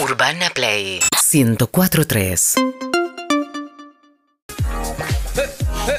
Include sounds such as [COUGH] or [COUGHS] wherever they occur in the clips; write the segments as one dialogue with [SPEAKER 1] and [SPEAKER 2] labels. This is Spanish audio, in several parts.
[SPEAKER 1] Urbana Play 1043.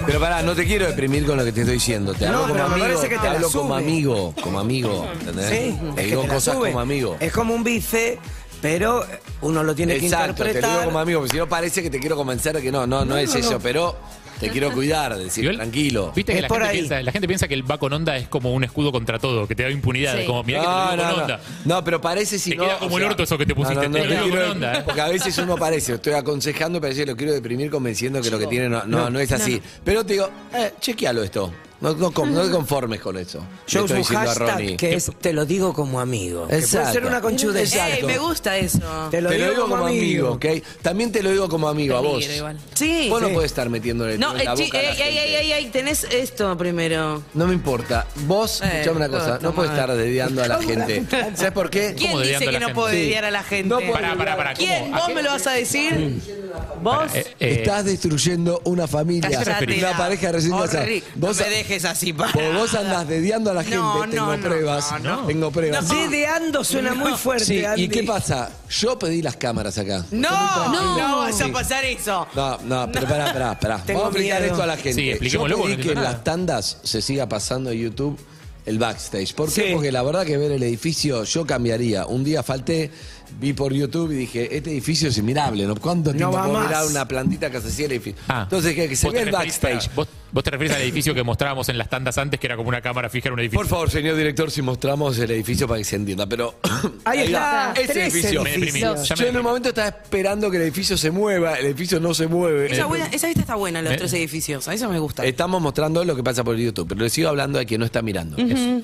[SPEAKER 2] Pero pará, no te quiero deprimir con lo que te estoy diciendo. Te hablo
[SPEAKER 3] No,
[SPEAKER 2] como
[SPEAKER 3] pero me
[SPEAKER 2] amigo.
[SPEAKER 3] parece que te la
[SPEAKER 2] hablo como
[SPEAKER 3] sube.
[SPEAKER 2] amigo, como amigo. ¿entendés?
[SPEAKER 3] Sí,
[SPEAKER 2] ¿Eh? te
[SPEAKER 3] es que
[SPEAKER 2] digo
[SPEAKER 3] te la
[SPEAKER 2] cosas
[SPEAKER 3] sube.
[SPEAKER 2] como amigo.
[SPEAKER 3] Es como un vice, pero uno lo tiene
[SPEAKER 2] Exacto,
[SPEAKER 3] que
[SPEAKER 2] te lo digo
[SPEAKER 3] interpretar.
[SPEAKER 2] como amigo, porque si no parece que te quiero convencer de que no, no, no, es eso, pero te quiero cuidar, decir,
[SPEAKER 4] Igual,
[SPEAKER 2] tranquilo.
[SPEAKER 4] Viste
[SPEAKER 3] Es
[SPEAKER 4] que la
[SPEAKER 3] por
[SPEAKER 4] gente,
[SPEAKER 3] ahí.
[SPEAKER 4] piensa, la gente piensa que el va con onda es como un escudo contra todo, que te da impunidad.
[SPEAKER 5] Sí.
[SPEAKER 4] Como, mirá que
[SPEAKER 2] No,
[SPEAKER 4] te lo digo
[SPEAKER 2] no,
[SPEAKER 4] con
[SPEAKER 2] no.
[SPEAKER 4] onda.
[SPEAKER 2] No, pero parece si
[SPEAKER 4] Te
[SPEAKER 2] no.
[SPEAKER 4] queda como el orto eso que te pusiste, te lo digo con onda, ¿eh?
[SPEAKER 2] Porque a veces uno parece, estoy aconsejando, parece que lo quiero deprimir convenciendo que lo que tiene no, no, no es así. Pero te digo, eh, chequealo esto. No, no, con- no te conformes con eso.
[SPEAKER 3] Yo
[SPEAKER 2] Le
[SPEAKER 3] uso
[SPEAKER 2] estoy
[SPEAKER 3] un
[SPEAKER 2] diciendo a
[SPEAKER 3] hashtag
[SPEAKER 2] Ronnie.
[SPEAKER 3] que es te lo digo como amigo. Que puede
[SPEAKER 2] Exacto.
[SPEAKER 3] ser una conchudez.
[SPEAKER 5] Ey, me gusta eso.
[SPEAKER 3] Te lo, digo, como, amigo.
[SPEAKER 2] ¿ok? También te lo digo como amigo a vos.
[SPEAKER 5] Peligro igual. Sí.
[SPEAKER 2] Vos no
[SPEAKER 3] Sí.
[SPEAKER 2] podés estar metiéndole
[SPEAKER 5] No,
[SPEAKER 2] en la
[SPEAKER 5] eh, chi-
[SPEAKER 2] boca a la
[SPEAKER 5] ey, ey,
[SPEAKER 2] gente.
[SPEAKER 5] ey, ey, ey, tenés esto primero.
[SPEAKER 2] No me importa. Vos,
[SPEAKER 5] Eh,
[SPEAKER 2] escuchame una cosa,
[SPEAKER 5] puedo
[SPEAKER 2] no podés
[SPEAKER 5] tomar.
[SPEAKER 2] estar dediando
[SPEAKER 5] [LAUGHS]
[SPEAKER 2] a la gente. ¿Sabes por qué?
[SPEAKER 5] ¿Quién
[SPEAKER 4] dediando
[SPEAKER 5] dice
[SPEAKER 4] a
[SPEAKER 5] que
[SPEAKER 4] la
[SPEAKER 5] no
[SPEAKER 4] gente?
[SPEAKER 5] puedo
[SPEAKER 2] Sí.
[SPEAKER 5] dediar a la gente?
[SPEAKER 2] No podés
[SPEAKER 4] Pará, pará, pará. ¿cómo?
[SPEAKER 5] ¿Quién?
[SPEAKER 4] ¿A
[SPEAKER 5] ¿Vos
[SPEAKER 4] qué-
[SPEAKER 5] me lo vas a decir? ¿Vos?
[SPEAKER 4] Eh, eh,
[SPEAKER 2] Estás destruyendo una familia,
[SPEAKER 4] ¿A qué te referís?
[SPEAKER 2] una pareja recién casada.
[SPEAKER 5] Horri-
[SPEAKER 2] Vos,
[SPEAKER 5] no me dejes así para.
[SPEAKER 2] por vos andás dediando a la gente,
[SPEAKER 5] No,
[SPEAKER 2] tengo
[SPEAKER 5] no, no,
[SPEAKER 2] pruebas,
[SPEAKER 4] no, no.
[SPEAKER 2] tengo pruebas. Sí,
[SPEAKER 3] Dedeando suena muy fuerte,
[SPEAKER 2] sí,
[SPEAKER 3] Andy.
[SPEAKER 2] ¿y qué pasa? Yo pedí las cámaras acá.
[SPEAKER 5] No, no, no vas a
[SPEAKER 2] Sí.
[SPEAKER 5] pasar eso.
[SPEAKER 2] No, no, pero pará, pará, pará.
[SPEAKER 3] [LAUGHS] Tengo
[SPEAKER 2] Vamos a explicar
[SPEAKER 3] miedo.
[SPEAKER 2] esto a la gente.
[SPEAKER 4] Sí,
[SPEAKER 2] Yo
[SPEAKER 4] expliquémoslo,
[SPEAKER 2] pedí
[SPEAKER 4] porque no
[SPEAKER 2] que en
[SPEAKER 4] entiendo
[SPEAKER 2] las
[SPEAKER 4] nada.
[SPEAKER 2] tandas se siga pasando en YouTube el backstage. ¿Por qué?
[SPEAKER 3] Sí.
[SPEAKER 2] Porque la verdad que ver el edificio yo cambiaría. Un día falté, vi por YouTube y dije, este edificio es inmirable. ¿no? ¿Cuánto
[SPEAKER 3] No
[SPEAKER 2] tiempo
[SPEAKER 3] va
[SPEAKER 2] puedo
[SPEAKER 3] más.
[SPEAKER 2] mirar una plantita que se hacía el edificio?
[SPEAKER 4] Ah.
[SPEAKER 2] Entonces, que, que se
[SPEAKER 4] ¿Vos
[SPEAKER 2] ve
[SPEAKER 4] te
[SPEAKER 2] el
[SPEAKER 4] referís a-
[SPEAKER 2] backstage.
[SPEAKER 4] vos, vos te refieres al edificio que mostrábamos en las tandas antes, que era como una cámara fija en un edificio.
[SPEAKER 2] Por favor, señor director, si mostramos el edificio para que se entienda, pero... [COUGHS]
[SPEAKER 3] Ahí está,
[SPEAKER 2] Ese
[SPEAKER 3] tres
[SPEAKER 2] edificio.
[SPEAKER 4] me deprimí.
[SPEAKER 3] edificios.
[SPEAKER 2] Yo
[SPEAKER 4] ya me
[SPEAKER 2] en un
[SPEAKER 4] deprimí.
[SPEAKER 2] momento estaba esperando que el edificio se mueva, el edificio no se mueve.
[SPEAKER 5] Esa, buena- esa vista está buena, los
[SPEAKER 4] Me-
[SPEAKER 5] tres edificios. A eso me gusta.
[SPEAKER 2] Estamos mostrando lo que pasa por YouTube, pero le sigo hablando a quien no está mirando. Eso.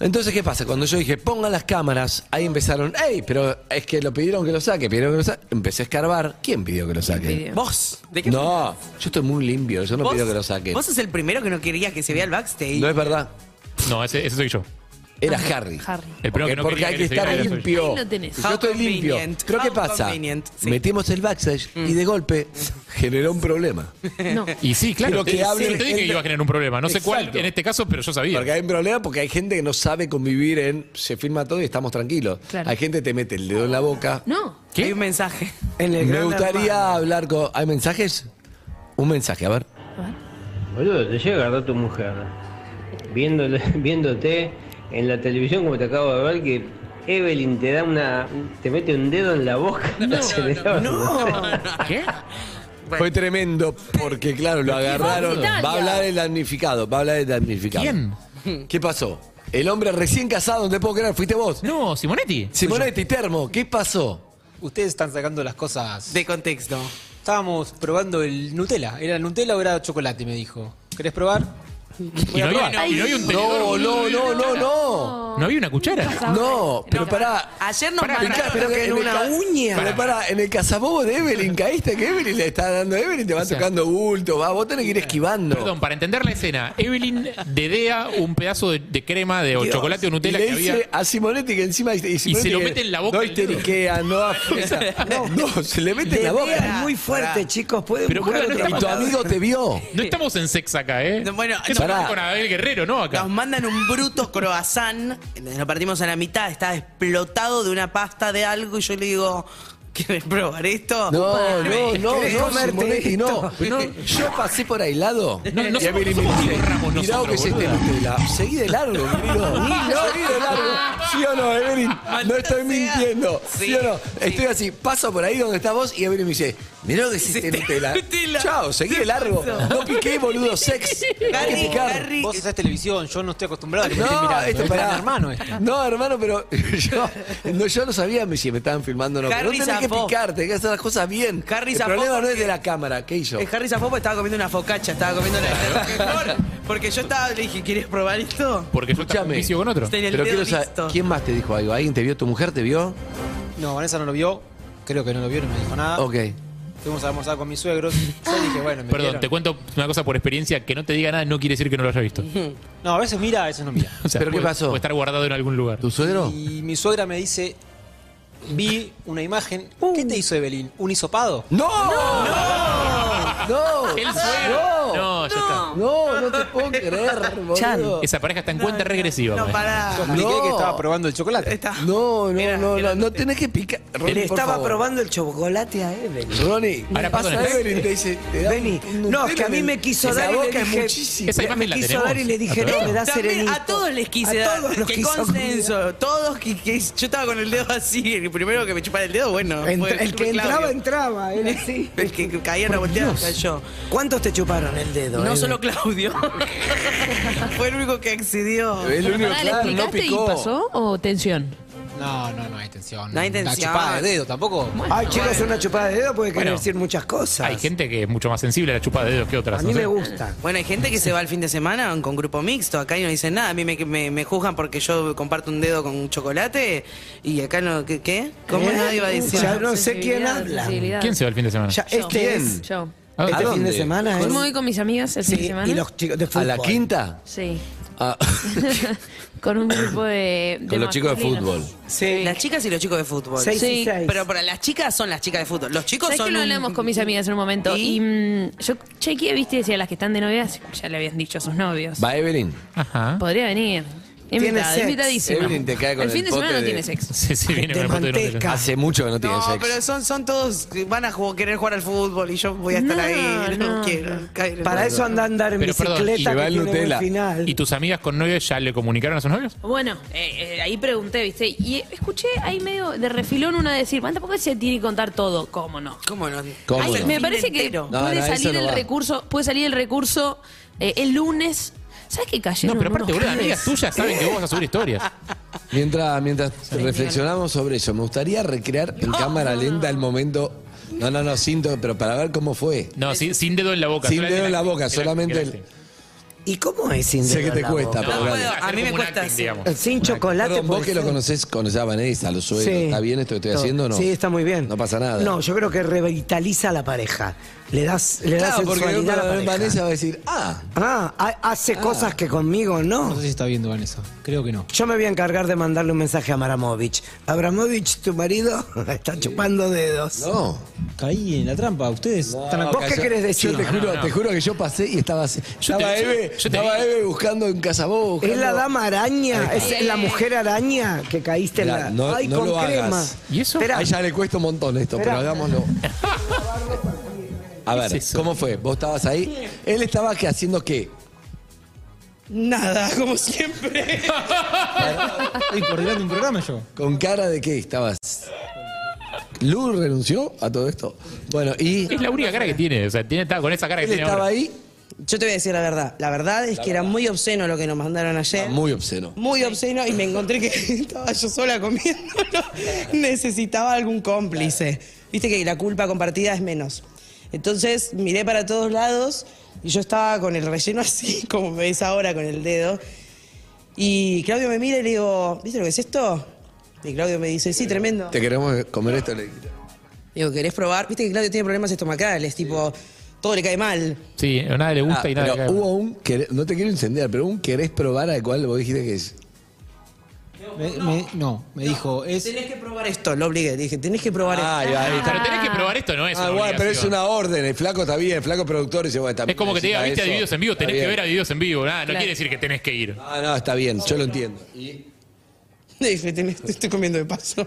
[SPEAKER 2] Entonces, ¿qué pasa? Cuando yo dije, pongan las cámaras, ahí empezaron, hey, pero es que lo pidieron que lo saque, pidieron que lo saque. Empecé a escarbar. ¿Quién pidió que lo saque?
[SPEAKER 5] pidió? ¿Vos? ¿De qué
[SPEAKER 2] No, yo estoy muy limpio, yo no
[SPEAKER 5] ¿Vos?
[SPEAKER 2] pido que lo saque.
[SPEAKER 5] Vos sos el primero que no quería que se vea el backstage.
[SPEAKER 2] No es verdad.
[SPEAKER 4] No, ese, ese soy yo.
[SPEAKER 2] Era Harry.
[SPEAKER 4] El primero
[SPEAKER 2] Porque,
[SPEAKER 4] que no
[SPEAKER 2] porque
[SPEAKER 4] quería
[SPEAKER 2] hay
[SPEAKER 4] que
[SPEAKER 2] que
[SPEAKER 4] se
[SPEAKER 2] estar
[SPEAKER 4] viera eso.
[SPEAKER 2] limpio.
[SPEAKER 6] Ahí lo tenés.
[SPEAKER 2] Yo estoy
[SPEAKER 5] How
[SPEAKER 2] limpio.
[SPEAKER 5] convenient.
[SPEAKER 2] Creo que
[SPEAKER 5] How
[SPEAKER 2] pasa.
[SPEAKER 5] convenient, sí. Mm.
[SPEAKER 2] Metimos el backstage y de golpe generó un problema.
[SPEAKER 6] No.
[SPEAKER 4] Y sí, claro.
[SPEAKER 2] Pero que
[SPEAKER 4] te-
[SPEAKER 2] hable
[SPEAKER 4] sí, te dije
[SPEAKER 2] gente-
[SPEAKER 4] que iba a generar un problema. No sé cuál
[SPEAKER 2] Exacto.
[SPEAKER 4] en este caso, pero yo sabía.
[SPEAKER 2] Porque hay un problema porque hay gente que no sabe convivir en se firma todo y estamos tranquilos.
[SPEAKER 6] Claro.
[SPEAKER 2] Hay gente que te mete el dedo en la boca.
[SPEAKER 6] No.
[SPEAKER 4] ¿Qué?
[SPEAKER 5] Hay un mensaje.
[SPEAKER 3] En el
[SPEAKER 2] Me
[SPEAKER 3] Gran
[SPEAKER 2] gustaría
[SPEAKER 3] Hermano.
[SPEAKER 2] hablar con. ¿Hay mensajes? Un mensaje, a ver.
[SPEAKER 7] Boludo, te llega a agarrar tu mujer viéndole- [LAUGHS] viéndote en la televisión como te acabo de ver que Evelyn te da una te mete un dedo en la boca [LAUGHS] se le da-
[SPEAKER 4] ¿Qué?
[SPEAKER 2] Fue tremendo porque, claro, lo agarraron.
[SPEAKER 6] Italia.
[SPEAKER 2] Va a hablar el damnificado. Va a hablar el damnificado.
[SPEAKER 4] ¿Quién?
[SPEAKER 2] ¿Qué pasó? El hombre recién casado, no te puedo creer, fuiste vos.
[SPEAKER 4] No, Simonetti.
[SPEAKER 2] Simonetti Termo, ¿qué pasó?
[SPEAKER 8] Ustedes están sacando las cosas.
[SPEAKER 5] De contexto.
[SPEAKER 8] Estábamos probando el Nutella. ¿Era Nutella o era chocolate? Me dijo. ¿Querés probar?
[SPEAKER 4] Y no, había, y no había un
[SPEAKER 2] No,
[SPEAKER 4] tenedor.
[SPEAKER 2] no, no, no, no.
[SPEAKER 4] No había una cuchara.
[SPEAKER 2] No, pero pará.
[SPEAKER 5] Ayer nos
[SPEAKER 4] Pará,
[SPEAKER 5] mandaron-
[SPEAKER 2] Picá,
[SPEAKER 3] pero que
[SPEAKER 2] el
[SPEAKER 3] en una
[SPEAKER 2] ca-
[SPEAKER 3] uña.
[SPEAKER 2] Pero pará, en el cazabobo de Evelyn caíste que Evelyn le está dando a Evelyn, te va
[SPEAKER 4] sea-
[SPEAKER 2] tocando bulto, va, vos tenés que ir esquivando.
[SPEAKER 4] Perdón, para entender la escena, Evelyn dedea un pedazo de, de crema de o
[SPEAKER 2] Dios.
[SPEAKER 4] chocolate o Nutella
[SPEAKER 2] y le
[SPEAKER 4] que
[SPEAKER 2] dice
[SPEAKER 4] había.
[SPEAKER 2] a Simonetti que encima y, Simonetti
[SPEAKER 4] se lo
[SPEAKER 2] que
[SPEAKER 4] mete en la boca
[SPEAKER 2] No
[SPEAKER 4] el
[SPEAKER 2] histeriquea, no
[SPEAKER 4] [LAUGHS]
[SPEAKER 2] afuera. No, no, se le mete en la
[SPEAKER 3] Dedea
[SPEAKER 2] boca.
[SPEAKER 3] es muy fuerte, chicos. Puede
[SPEAKER 4] Pero,
[SPEAKER 3] buscar
[SPEAKER 4] boludo, no
[SPEAKER 3] otra
[SPEAKER 2] Y tu
[SPEAKER 4] estamos-
[SPEAKER 3] palabra.
[SPEAKER 2] amigo te vio.
[SPEAKER 4] No estamos en sex acá, ¿eh?
[SPEAKER 5] No, bueno,
[SPEAKER 4] ¿Qué
[SPEAKER 5] no,
[SPEAKER 4] estamos
[SPEAKER 2] pará.
[SPEAKER 4] con Abel Guerrero, ¿no? Acá.
[SPEAKER 5] Nos mandan un bruto croissant, entonces lo partimos a la mitad, estaba explotado de una pasta de algo y yo le digo, ¿quieres probar esto?
[SPEAKER 2] No, no,
[SPEAKER 5] Me-
[SPEAKER 2] no,
[SPEAKER 3] ¿Querés
[SPEAKER 2] no,
[SPEAKER 3] comerte
[SPEAKER 2] Simonetti, no.
[SPEAKER 3] esto?
[SPEAKER 2] No, Yo pasé por aislado.
[SPEAKER 4] No, no
[SPEAKER 2] y
[SPEAKER 4] somos-
[SPEAKER 2] Evelyn
[SPEAKER 4] no somos
[SPEAKER 2] me dice,
[SPEAKER 4] Diego Ramos
[SPEAKER 2] mirá que
[SPEAKER 4] nosotros,
[SPEAKER 2] es este
[SPEAKER 4] boluda".
[SPEAKER 2] Nutella. Seguí de [LAUGHS] largo, querido. Seguí de largo. ¿Sí o no, Evelyn? No
[SPEAKER 5] Maldita
[SPEAKER 2] estoy
[SPEAKER 5] sea.
[SPEAKER 2] mintiendo. ¿Sí,
[SPEAKER 5] Sí,
[SPEAKER 2] o no?
[SPEAKER 5] sí.
[SPEAKER 2] Estoy así, paso por ahí donde estás vos y Evelyn me dice, mirá que es este Nutella.
[SPEAKER 5] Nutella.
[SPEAKER 2] Chao, seguí de largo. No piqué, boludo, sex. Hay que
[SPEAKER 5] Gary,
[SPEAKER 2] picar.
[SPEAKER 5] Gary,
[SPEAKER 8] Vos usás televisión, yo no estoy acostumbrado a que me estén
[SPEAKER 2] No,
[SPEAKER 8] mirando.
[SPEAKER 2] esto
[SPEAKER 8] Es
[SPEAKER 2] pará.
[SPEAKER 8] tan hermano
[SPEAKER 5] este.
[SPEAKER 8] esto.
[SPEAKER 2] No, hermano, pero [LAUGHS] yo no, yo no sabía si me estaban filmando o no. Pero
[SPEAKER 5] Harry
[SPEAKER 2] no tenés que
[SPEAKER 5] zafó.
[SPEAKER 2] picarte, tenés que hacer las cosas bien.
[SPEAKER 5] Harry
[SPEAKER 2] El
[SPEAKER 5] zafó
[SPEAKER 2] problema no es
[SPEAKER 5] porque-
[SPEAKER 2] de la cámara, ¿qué hizo?
[SPEAKER 5] Eh, Harry Zafopo estaba comiendo una focacha, estaba comiendo la [LAUGHS] mejor, porque yo estaba, le dije, ¿quieres probar esto?
[SPEAKER 4] Porque yo estaba en
[SPEAKER 2] Escuchame.
[SPEAKER 4] un vicio con otro.
[SPEAKER 5] Tenía el
[SPEAKER 2] Pero
[SPEAKER 5] dedo
[SPEAKER 2] quiero saber,
[SPEAKER 5] listo.
[SPEAKER 2] ¿quién más te dijo algo? ¿Alguien te vio? ¿Tu mujer te vio?
[SPEAKER 8] No, Vanessa no lo vio. Creo que no lo vio, no me dijo
[SPEAKER 5] Ah.
[SPEAKER 8] nada.
[SPEAKER 2] Ok.
[SPEAKER 8] Fuimos a almorzar con mis suegros. Yo dije, bueno, me
[SPEAKER 4] Perdón,
[SPEAKER 8] vieron.
[SPEAKER 4] te cuento una cosa por experiencia, que no te diga nada no quiere decir que no lo haya visto.
[SPEAKER 8] No, a veces mira, a veces no mira.
[SPEAKER 4] [LAUGHS] O sea,
[SPEAKER 2] ¿Pero qué
[SPEAKER 4] puede-
[SPEAKER 2] pasó?
[SPEAKER 4] Puede estar guardado en algún lugar.
[SPEAKER 2] ¿Tu suegro?
[SPEAKER 8] Y mi suegra me dice, vi una imagen.
[SPEAKER 5] Uh.
[SPEAKER 8] ¿Qué te hizo Evelyn? ¿Un hisopado?
[SPEAKER 2] ¡No! ¡No! ¡No!
[SPEAKER 4] El suegro.
[SPEAKER 2] Ah, ¡No!
[SPEAKER 4] No, ya está.
[SPEAKER 2] No, no te puedo creer, boludo.
[SPEAKER 3] Chan.
[SPEAKER 4] Esa pareja está en cuenta regresiva. pues.
[SPEAKER 5] No,
[SPEAKER 3] pues?
[SPEAKER 4] parece.
[SPEAKER 5] pará.
[SPEAKER 8] Expliqué
[SPEAKER 2] No.
[SPEAKER 8] que estaba probando el chocolate.
[SPEAKER 5] Está.
[SPEAKER 2] No,
[SPEAKER 3] [LAUGHS]
[SPEAKER 2] no,
[SPEAKER 5] Mirá,
[SPEAKER 2] no,
[SPEAKER 5] mirá,
[SPEAKER 2] no, no tenés que picar. Ronnie,
[SPEAKER 3] Le
[SPEAKER 2] por
[SPEAKER 3] estaba
[SPEAKER 2] favor.
[SPEAKER 3] probando el chocolate a Evelyn.
[SPEAKER 2] Ronnie,
[SPEAKER 4] Ahora,
[SPEAKER 2] pasa
[SPEAKER 4] perdón, ¿eh?
[SPEAKER 2] Evelyn, te dice, te da
[SPEAKER 3] Vení.
[SPEAKER 2] un- un
[SPEAKER 3] No, es
[SPEAKER 2] Nutella
[SPEAKER 3] que a mí
[SPEAKER 2] en
[SPEAKER 3] me
[SPEAKER 2] el-
[SPEAKER 3] quiso
[SPEAKER 2] en la
[SPEAKER 3] dar y
[SPEAKER 2] boca
[SPEAKER 3] le
[SPEAKER 2] es
[SPEAKER 3] dije.
[SPEAKER 2] muchísimo.
[SPEAKER 4] Esa imagen
[SPEAKER 3] me
[SPEAKER 4] la
[SPEAKER 3] quiso
[SPEAKER 4] tenemos.
[SPEAKER 3] dar y le dije,
[SPEAKER 4] ¿A todos?
[SPEAKER 3] no, me da
[SPEAKER 5] Eh, También
[SPEAKER 3] serenito.
[SPEAKER 5] a todos les quise
[SPEAKER 3] A
[SPEAKER 5] dar.
[SPEAKER 3] todos nos
[SPEAKER 5] que
[SPEAKER 3] quiso
[SPEAKER 5] consenso. Todos que, que- yo estaba con el dedo así. El primero que me chupara el dedo, bueno.
[SPEAKER 3] Entra-
[SPEAKER 5] fue-
[SPEAKER 3] el
[SPEAKER 5] fue
[SPEAKER 3] que entraba,
[SPEAKER 5] Claudio.
[SPEAKER 3] entraba. Era así.
[SPEAKER 5] [LAUGHS] El que que caía en la volteada cayó.
[SPEAKER 3] ¿Cuántos te chuparon el dedo?
[SPEAKER 5] No
[SPEAKER 3] Evelyn?
[SPEAKER 5] solo Claudio. [LAUGHS] Fue el único que accedió.
[SPEAKER 2] Es lo único
[SPEAKER 6] Pará, ¿le
[SPEAKER 2] claro, no
[SPEAKER 6] explicaste
[SPEAKER 2] picó.
[SPEAKER 6] y pasó o tensión?
[SPEAKER 8] No, no, no hay tensión.
[SPEAKER 5] No hay tensión.
[SPEAKER 8] Una chupada de dedo tampoco.
[SPEAKER 3] Ay, chicos, una chupada de dedo puede querer
[SPEAKER 4] Bueno.
[SPEAKER 3] decir muchas cosas.
[SPEAKER 4] Hay gente que es mucho más sensible a la chupa de dedos que otras.
[SPEAKER 3] A
[SPEAKER 4] no
[SPEAKER 3] mí
[SPEAKER 4] sé.
[SPEAKER 3] me gusta.
[SPEAKER 5] Bueno, hay gente que se va el fin de semana con grupo mixto. Acá y no dicen nada. A mí me, me- me juzgan porque yo comparto un dedo con chocolate. Y acá no. ¿Qué? qué? ¿Cómo
[SPEAKER 3] ¿Eh?
[SPEAKER 5] nadie va a decir?
[SPEAKER 3] Ya no sé quién
[SPEAKER 6] Sensibilidad,
[SPEAKER 3] habla.
[SPEAKER 6] sensibilidad.
[SPEAKER 4] ¿Quién se va el fin de semana? Ah,
[SPEAKER 3] Ya, este es.
[SPEAKER 6] Yo.
[SPEAKER 4] ¿A
[SPEAKER 3] Este fin
[SPEAKER 2] dónde?
[SPEAKER 3] de semana
[SPEAKER 6] Yo
[SPEAKER 3] es.
[SPEAKER 6] me voy con mis amigas el fin de
[SPEAKER 3] Sí,
[SPEAKER 6] semana.
[SPEAKER 3] y los chicos de
[SPEAKER 2] ¿A
[SPEAKER 3] fútbol.
[SPEAKER 2] la quinta?
[SPEAKER 6] Sí. [LAUGHS]
[SPEAKER 2] Ah,
[SPEAKER 6] Con un grupo de. de
[SPEAKER 2] con los chicos de
[SPEAKER 6] masculinos.
[SPEAKER 2] fútbol.
[SPEAKER 3] Sí.
[SPEAKER 5] Las chicas y los chicos de fútbol.
[SPEAKER 3] Seis y
[SPEAKER 6] Sí,
[SPEAKER 3] seis.
[SPEAKER 5] Pero para las chicas son las chicas de fútbol. Los chicos
[SPEAKER 6] ¿Sabes
[SPEAKER 5] son.
[SPEAKER 6] que lo
[SPEAKER 5] un-
[SPEAKER 6] hablamos con mis amigas en un momento?
[SPEAKER 5] ¿Y?
[SPEAKER 6] Y, mm, yo chequeé, viste, decía las que están de novias, ya le habían dicho a sus novios.
[SPEAKER 2] Va Evelyn.
[SPEAKER 6] [LAUGHS]
[SPEAKER 4] Ajá.
[SPEAKER 6] Podría venir.
[SPEAKER 3] Tiene
[SPEAKER 6] Invitada,
[SPEAKER 3] sex.
[SPEAKER 6] invitadísima.
[SPEAKER 2] Evelyn te cae con
[SPEAKER 6] el fin
[SPEAKER 2] el
[SPEAKER 6] de semana
[SPEAKER 2] pote
[SPEAKER 6] no
[SPEAKER 2] de-
[SPEAKER 6] tiene sexo.
[SPEAKER 4] Sí, sí,
[SPEAKER 3] De
[SPEAKER 4] viene con el foto de
[SPEAKER 3] manteca.
[SPEAKER 4] nombre.
[SPEAKER 2] Hace mucho que no tiene
[SPEAKER 5] No,
[SPEAKER 2] sexo.
[SPEAKER 5] pero son, son todos que van a jugar- querer jugar al fútbol y yo voy a estar
[SPEAKER 6] No,
[SPEAKER 5] ahí. No,
[SPEAKER 6] no.
[SPEAKER 5] quiero caer en
[SPEAKER 3] Para
[SPEAKER 5] el-
[SPEAKER 3] eso anda a andar en
[SPEAKER 4] Pero, perdón,
[SPEAKER 3] bicicleta
[SPEAKER 2] y va
[SPEAKER 3] que
[SPEAKER 2] el
[SPEAKER 3] tiene buen
[SPEAKER 2] Nutella.
[SPEAKER 3] final.
[SPEAKER 4] ¿Y tus amigas con novios ya le comunicaron a sus novios?
[SPEAKER 6] Bueno, eh, eh, ahí pregunté, viste, y eh, escuché ahí medio de refilón una decir, ¿cuánto tampoco se tiene que contar todo? ¿Cómo no?
[SPEAKER 5] ¿Cómo no?
[SPEAKER 2] ¿Cómo
[SPEAKER 6] Ay,
[SPEAKER 2] no?
[SPEAKER 6] Me parece que
[SPEAKER 5] Entero.
[SPEAKER 2] No,
[SPEAKER 6] puede
[SPEAKER 2] no, eso
[SPEAKER 6] salir
[SPEAKER 2] no
[SPEAKER 6] el
[SPEAKER 2] va.
[SPEAKER 6] recurso, puede salir el recurso eh, el lunes. ¿Sabes qué cayeron?
[SPEAKER 4] No, pero aparte,
[SPEAKER 6] unos
[SPEAKER 4] boludo,
[SPEAKER 6] pibes?
[SPEAKER 4] amigas tuyas saben que vos vas a subir historias.
[SPEAKER 2] Mientras, mientras reflexionamos sobre eso, me gustaría recrear
[SPEAKER 3] Oh,
[SPEAKER 2] en cámara lenta el momento. No, no, no, sin todo, pero para ver cómo fue.
[SPEAKER 4] No, sin, sin dedo en la boca.
[SPEAKER 2] Sin
[SPEAKER 4] solamente
[SPEAKER 2] dedo en la boca,
[SPEAKER 4] el-
[SPEAKER 2] solamente
[SPEAKER 4] el-
[SPEAKER 2] el-
[SPEAKER 3] ¿Y cómo es sin
[SPEAKER 2] Sé
[SPEAKER 3] dedo
[SPEAKER 2] que te
[SPEAKER 3] en la
[SPEAKER 2] cuesta,
[SPEAKER 3] boca?
[SPEAKER 2] pero
[SPEAKER 5] No
[SPEAKER 2] dale.
[SPEAKER 5] puedo. a
[SPEAKER 4] hacer
[SPEAKER 5] mí me
[SPEAKER 4] como un
[SPEAKER 5] cuesta
[SPEAKER 4] acting,
[SPEAKER 5] hacer.
[SPEAKER 4] digamos.
[SPEAKER 3] Sin chocolate.
[SPEAKER 2] Perdón, vos
[SPEAKER 3] puede
[SPEAKER 2] que lo
[SPEAKER 3] ser.
[SPEAKER 2] conocés, conocés a Vanessa, lo suelo. ¿Está bien esto que estoy
[SPEAKER 3] Todo.
[SPEAKER 2] haciendo o no?
[SPEAKER 3] Sí, está muy bien.
[SPEAKER 2] No pasa nada.
[SPEAKER 3] No, yo creo que revitaliza a la pareja. Le das, le das
[SPEAKER 2] Claro, porque
[SPEAKER 3] sensualidad a la pareja.
[SPEAKER 2] Vanessa va a decir, ah,
[SPEAKER 3] Ah, ha- hace cosas que conmigo no.
[SPEAKER 8] No sé si está viendo Vanessa. Creo que no.
[SPEAKER 3] Yo me voy a encargar de mandarle un mensaje a Abramovich. Abramovich, tu marido, [LAUGHS] está chupando dedos.
[SPEAKER 2] no.
[SPEAKER 8] Caí en la trampa. Ustedes están
[SPEAKER 2] No,
[SPEAKER 8] a...
[SPEAKER 3] ¿Vos qué
[SPEAKER 2] cayó.
[SPEAKER 3] querés decir?
[SPEAKER 2] Yo te juro, te juro que yo pasé y estaba así. estaba
[SPEAKER 4] te- yo-
[SPEAKER 2] Eve,
[SPEAKER 4] yo te
[SPEAKER 2] estaba
[SPEAKER 4] vi.
[SPEAKER 2] Eve buscando en Casabó.
[SPEAKER 3] ¿Es la
[SPEAKER 2] buscando-
[SPEAKER 3] dama araña? ¿Es la mujer araña que caíste en
[SPEAKER 2] Mirá,
[SPEAKER 3] la...
[SPEAKER 2] no-
[SPEAKER 3] Ay,
[SPEAKER 2] no
[SPEAKER 3] con
[SPEAKER 2] lo hagas.
[SPEAKER 3] crema.
[SPEAKER 4] ¿Y eso?
[SPEAKER 3] Esperá.
[SPEAKER 2] A ella le cuesta un montón esto,
[SPEAKER 3] Esperá.
[SPEAKER 2] pero hagámoslo. A ver, ¿cómo fue? ¿Vos estabas ahí? Él estaba que haciendo qué?
[SPEAKER 5] Nada, [LAUGHS] como siempre.
[SPEAKER 8] Estoy coordinando un programa yo.
[SPEAKER 2] ¿Con cara de qué estabas? ¿Lu renunció a todo esto? Bueno, y
[SPEAKER 4] Es la única cara que tiene. O sea, tiene, está con esa cara que
[SPEAKER 2] él
[SPEAKER 4] tiene
[SPEAKER 2] estaba
[SPEAKER 4] ahora.
[SPEAKER 2] ahí,
[SPEAKER 5] Yo te voy a decir la verdad. La verdad es que era muy obsceno lo que nos mandaron ayer. muy...
[SPEAKER 2] muy obsceno.
[SPEAKER 5] obsceno y me encontré que [LAUGHS] estaba yo sola comiéndolo. Necesitaba algún cómplice. Viste que la culpa compartida es menos. Entonces miré para todos lados y yo estaba con el relleno así, [LAUGHS] como me ves ahora con el dedo. Y Claudio me mira y le digo, ¿viste lo que es esto? Y Claudio me dice, sí, tremendo.
[SPEAKER 2] Te queremos comer esto. le-
[SPEAKER 5] Digo, ¿querés probar? Viste que Claudio tiene problemas estomacales, tipo, todo le cae mal.
[SPEAKER 4] Sí, a nada le gusta
[SPEAKER 2] Ah,
[SPEAKER 4] y nada le
[SPEAKER 2] pero
[SPEAKER 4] cae.
[SPEAKER 2] hubo un, quer- no te quiero incendiar, pero un querés probar al cual vos dijiste que es.
[SPEAKER 8] Me- me- no, me dijo, es...
[SPEAKER 5] Tenés que probar esto, lo obligué. Dije, tenés que probar esto.
[SPEAKER 2] Ay, ahí está.
[SPEAKER 4] Pero tenés que probar esto, no es
[SPEAKER 2] Ah,
[SPEAKER 4] una
[SPEAKER 2] bueno, Ah, pero es una
[SPEAKER 4] obligación.
[SPEAKER 2] orden. El flaco está bien, el flaco productor dice, bueno, está
[SPEAKER 4] Es como que te diga, viste
[SPEAKER 2] necesita
[SPEAKER 4] a
[SPEAKER 2] eso,
[SPEAKER 4] Divididos en vivo,
[SPEAKER 2] está
[SPEAKER 4] tenés que
[SPEAKER 2] bien.
[SPEAKER 4] ver a Divididos en vivo. Nada, no
[SPEAKER 6] Claro.
[SPEAKER 4] quiere decir que tenés que ir.
[SPEAKER 2] Ah, no, está bien, yo lo entiendo. Y-
[SPEAKER 5] Le [LAUGHS] dije, tenés, te estoy comiendo de paso.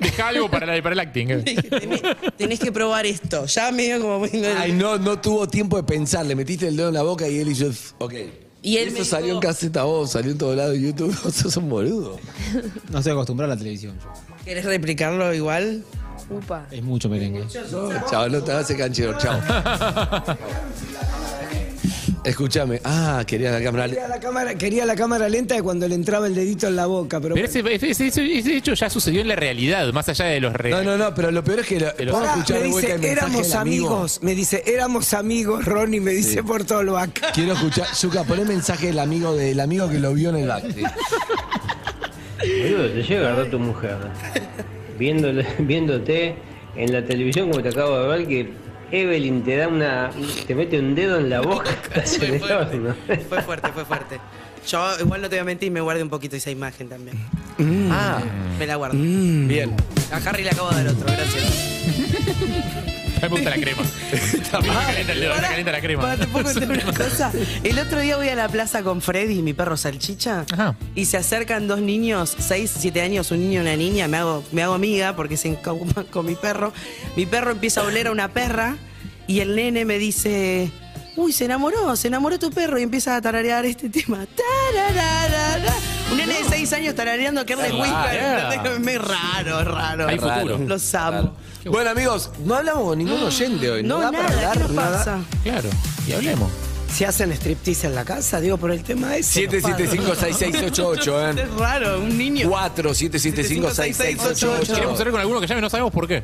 [SPEAKER 4] Deja algo para, la, para el acting. eh.
[SPEAKER 5] Le dije, tenés, tenés que probar esto. Ya me dio como poniendo el-
[SPEAKER 2] Ay, no, no tuvo tiempo de pensar, le metiste el dedo en la boca y él hizo, ok.
[SPEAKER 5] Y él
[SPEAKER 2] eso
[SPEAKER 5] me dijo-
[SPEAKER 2] salió en caseta vos, salió en todo lado de YouTube, [LAUGHS] vos sos un boludo.
[SPEAKER 8] No estoy acostumbrado a la televisión. yo.
[SPEAKER 5] ¿Querés replicarlo igual?
[SPEAKER 6] Upa.
[SPEAKER 8] Es mucho merengue.
[SPEAKER 2] No, chao, no te hace canchero, chao. Escúchame, ah, quería la cámara.
[SPEAKER 3] Quería la, cámara, quería la cámara lenta de cuando le entraba el dedito en la boca, pero...
[SPEAKER 4] Pero ese, ese- ese- ese hecho ya sucedió en la realidad, más allá de los
[SPEAKER 2] No,
[SPEAKER 4] reales.
[SPEAKER 2] no, no, pero lo peor es que lo,
[SPEAKER 4] Pero-
[SPEAKER 2] vamos a
[SPEAKER 3] Pará,
[SPEAKER 2] escuchar
[SPEAKER 3] me
[SPEAKER 2] de vuelta
[SPEAKER 3] dice,
[SPEAKER 2] el mensaje
[SPEAKER 3] éramos
[SPEAKER 2] del amigo.
[SPEAKER 3] amigos. Me dice, éramos amigos, Ronnie, me dice por todo lo acá.
[SPEAKER 2] Quiero escuchar, Zuka, poné mensaje del amigo del amigo que lo vio en el acting.
[SPEAKER 7] Boludo, te llega a agarrar tu mujer viéndole- [LAUGHS] viéndote en la televisión como te acabo de ver que Evelyn te da una... te mete un dedo en la boca. [LAUGHS]
[SPEAKER 5] Fue fuerte, [LAUGHS] fue fuerte, fue fuerte. Yo igual no te voy a mentir, me guardé un poquito esa imagen también.
[SPEAKER 2] Ah,
[SPEAKER 5] Me la guardo.
[SPEAKER 2] Mm. bien.
[SPEAKER 5] A Harry le acabo de dar otro, gracias.
[SPEAKER 4] mí me gusta la crema. A mí me calienta el dedo, me calienta la crema.
[SPEAKER 5] Pará, te puedo contar
[SPEAKER 4] [LAUGHS]
[SPEAKER 5] una cosa. El otro día voy a la plaza con Freddy, mi perro salchicha,
[SPEAKER 4] Ajá.
[SPEAKER 5] y se acercan dos niños, seis, siete años, un niño y una niña, me hago, me hago amiga porque se encauman con mi perro. Mi perro empieza a oler a una perra y el nene me dice. Uy, se enamoró, se enamoró tu perro y empieza a tararear este tema. Tarararara. Un nene de seis años tarareando que es
[SPEAKER 4] Ah,
[SPEAKER 5] raro, es raro.
[SPEAKER 4] Hay futuro.
[SPEAKER 5] Los amo.
[SPEAKER 2] Claro. Bueno, amigos, no hablamos con ningún oyente hoy.
[SPEAKER 5] No,
[SPEAKER 2] da para
[SPEAKER 5] nada, ¿qué
[SPEAKER 2] hablar
[SPEAKER 5] nos pasa?
[SPEAKER 4] Claro, y hablemos.
[SPEAKER 3] ¿Se hacen striptease en la casa? Digo, por el tema ese. no pasa.
[SPEAKER 2] 775-6688, ¿eh?
[SPEAKER 5] Es raro, un niño.
[SPEAKER 2] 4775-6688.
[SPEAKER 4] Queremos hablar con alguno que llame, no sabemos por qué.